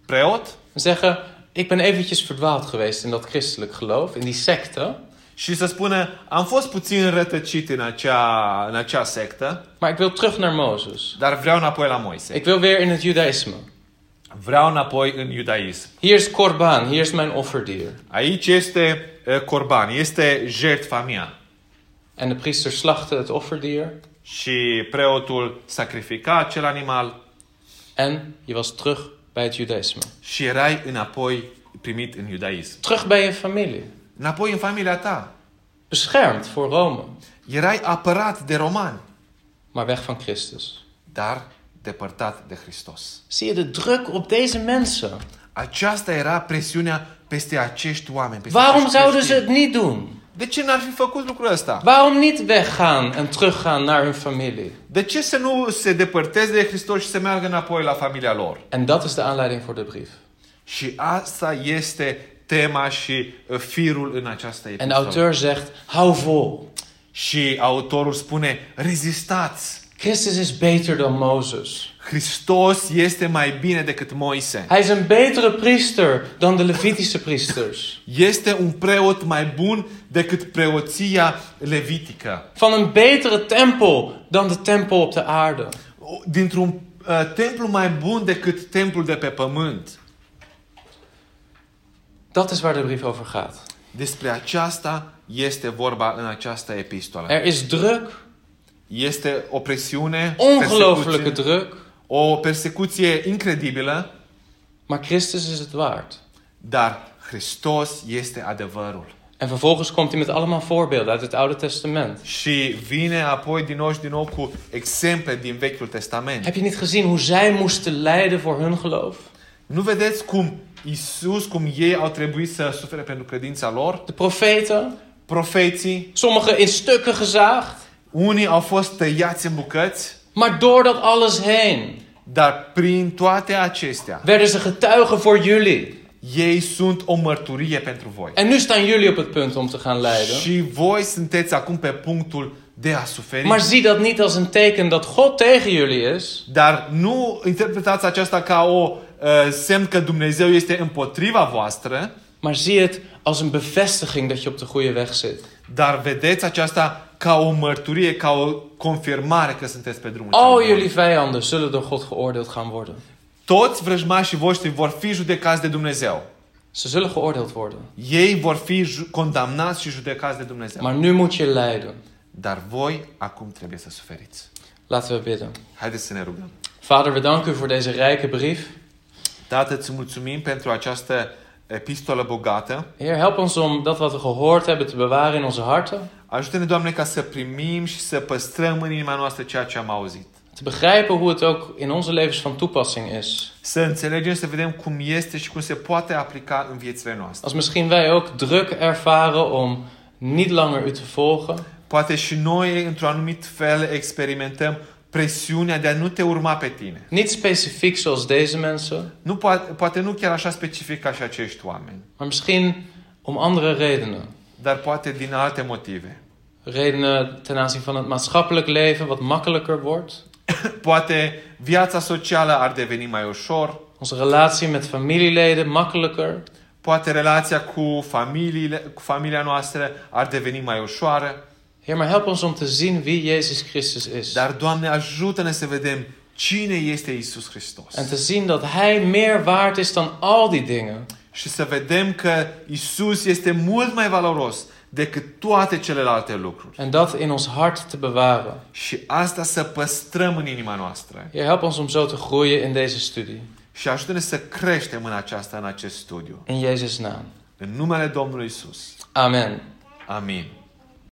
[SPEAKER 2] preot
[SPEAKER 1] En zeggen, ik ben eventjes verdwaald geweest in dat christelijk geloof, in die secte.
[SPEAKER 2] și să spună am fost puțin rătăcit în acea, în acea sectă,
[SPEAKER 1] Maar ik wil terug naar Mozes.
[SPEAKER 2] dar vreau înapoi la Moise.
[SPEAKER 1] Ik wil weer in het judaïsme.
[SPEAKER 2] Vreau înapoi în iudaism.
[SPEAKER 1] Hier is korbaan, hier is mijn offerdier.
[SPEAKER 2] Aici este uh, corban, este jertfa mea.
[SPEAKER 1] En de priester slachtte het offerdier.
[SPEAKER 2] Și preotul sacrifica acel animal
[SPEAKER 1] En je was terug bij het judaïsme.
[SPEAKER 2] și erai înapoi primit în iudaism.
[SPEAKER 1] Terug bij je familie.
[SPEAKER 2] Înapoi în familia ta.
[SPEAKER 1] Beschermd voor Rome,
[SPEAKER 2] Erai apărat de romani,
[SPEAKER 1] maar weg van Christus.
[SPEAKER 2] dar depărtat de Hristos.
[SPEAKER 1] Zie je de druk op deze mensen?
[SPEAKER 2] Aceasta era presiunea peste acești oameni. Peste
[SPEAKER 1] Waarom
[SPEAKER 2] acești
[SPEAKER 1] zouden ze
[SPEAKER 2] creștini.
[SPEAKER 1] het niet doen?
[SPEAKER 2] De ce n-ar fi făcut lucrul ăsta?
[SPEAKER 1] Waarom niet weggaan en teruggaan naar hun familie?
[SPEAKER 2] De ce să nu se depărteze de Hristos și să meargă înapoi la familia lor?
[SPEAKER 1] En dat is de aanleiding voor de brief.
[SPEAKER 2] Și asta este tema și uh, firul în această
[SPEAKER 1] En de
[SPEAKER 2] epistolă.
[SPEAKER 1] auteur zegt: hou vol.
[SPEAKER 2] Și autorul spune, rezistați!
[SPEAKER 1] Christus is beter dan Mozes.
[SPEAKER 2] Hristos este mai bine decât Moise.
[SPEAKER 1] Hij is een betere priester dan de Levitische priesters.
[SPEAKER 2] Este un preot mai bun decât preoția levitică.
[SPEAKER 1] Van een betere tempel dan de tempel op de aarde.
[SPEAKER 2] O- Dintr-un uh, templu mai bun decât templul de pe pământ.
[SPEAKER 1] Dat is waar de brief over gaat.
[SPEAKER 2] Despre aceasta este vorba în această epistolă.
[SPEAKER 1] Er is druk,
[SPEAKER 2] Este o presiune,
[SPEAKER 1] ongelooflijke
[SPEAKER 2] persecuție,
[SPEAKER 1] druk,
[SPEAKER 2] o persecuție incredibilă,
[SPEAKER 1] maar Christus is het waard.
[SPEAKER 2] dar Hristos este adevărul.
[SPEAKER 1] En vervolgens komt hij met allemaal voorbeelden uit het Oude Testament.
[SPEAKER 2] Și vine apoi din nou și din nou cu exemple din Vechiul Testament.
[SPEAKER 1] Heb je niet gezien hoe zij moesten lijden voor hun geloof?
[SPEAKER 2] Nu vedeți cum Isus, cum ei au trebuit să sufere pentru credința lor?
[SPEAKER 1] De profeten,
[SPEAKER 2] Profeții,
[SPEAKER 1] sommigen in stukken gezaagd,
[SPEAKER 2] unii au fost tăiați în bucăți,
[SPEAKER 1] maar door dat alles heen
[SPEAKER 2] dar prin toate acestea,
[SPEAKER 1] werden ze getuigen voor jullie.
[SPEAKER 2] ei sunt o mărturie pentru voi.
[SPEAKER 1] En nu staan jullie op het punt om te gaan lijden.
[SPEAKER 2] Și voi sunteți acum pe punctul de a suferi.
[SPEAKER 1] Maar zie dat niet als een teken dat God tegen jullie is,
[SPEAKER 2] Dar nu interpretați aceasta ca o uh, semn că Dumnezeu este împotriva voastră,
[SPEAKER 1] maar zie het als een bevestiging dat je op de goede weg zit.
[SPEAKER 2] dar vedeți aceasta ca o mărturie, ca o confirmare că sunteți pe drumul cel
[SPEAKER 1] Al
[SPEAKER 2] bun.
[SPEAKER 1] jullie vijanden zullen door God geoordeeld gaan worden.
[SPEAKER 2] Toți vrăjmașii voștri vor fi judecați de Dumnezeu.
[SPEAKER 1] Ze zullen geoordeeld worden.
[SPEAKER 2] Ei vor fi ju- condamnați și judecați de Dumnezeu.
[SPEAKER 1] Maar nu moet je lijden.
[SPEAKER 2] Dar voi acum trebuie să suferiți.
[SPEAKER 1] Laten we bidden.
[SPEAKER 2] Haideți să ne rugăm.
[SPEAKER 1] Vader, we danken u voor deze rijke brief.
[SPEAKER 2] Tată, îți mulțumim pentru această epistolă bogată.
[SPEAKER 1] Heer, help ons om dat wat we gehoord hebben te bewaren in onze harten.
[SPEAKER 2] Ajută-ne, Doamne, ca să primim și să păstrăm în inima noastră ceea ce am auzit.
[SPEAKER 1] Te begrijpen hoe het ook in onze levens van toepassing is.
[SPEAKER 2] Să înțelegem, să vedem cum este și cum se poate aplica în viețile noastre.
[SPEAKER 1] Als misschien wij ook druk ervaren om niet langer u te volgen.
[SPEAKER 2] Poate și noi, într-un anumit fel, experimentăm presiunea de a nu te urma pe tine.
[SPEAKER 1] Niet specifiek zoals deze mensen,
[SPEAKER 2] Nu poate, poate nu chiar așa specific ca și acești oameni,
[SPEAKER 1] maar misschien om andere redenen.
[SPEAKER 2] dar poate din alte motive.
[SPEAKER 1] Redenen ten aanzien van het maatschappelijk leven wat makkelijker wordt.
[SPEAKER 2] Poate viața socială ar deveni mai ușor,
[SPEAKER 1] Onze relatie met familieleden makkelijker.
[SPEAKER 2] poate relația cu, familiile, cu familia noastră ar deveni mai ușoară,
[SPEAKER 1] Heer, maar help ons om te zien wie Jezus Christus is.
[SPEAKER 2] dar, Doamne, ajută-ne să vedem cine este Isus Hristos.
[SPEAKER 1] En te zien dat Hij meer waard is dan al die dingen.
[SPEAKER 2] și să vedem că Isus este mult mai valoros decât toate celelalte lucruri.
[SPEAKER 1] En dat in ons hart te bewaren.
[SPEAKER 2] Și asta să păstrăm în inima noastră.
[SPEAKER 1] Heer, help ons om zo te groeien in deze studie.
[SPEAKER 2] Și ajută-ne să creștem în aceasta, în acest studiu.
[SPEAKER 1] In Jezus' naam.
[SPEAKER 2] În numele Domnului Isus.
[SPEAKER 1] Amen.
[SPEAKER 2] Amin.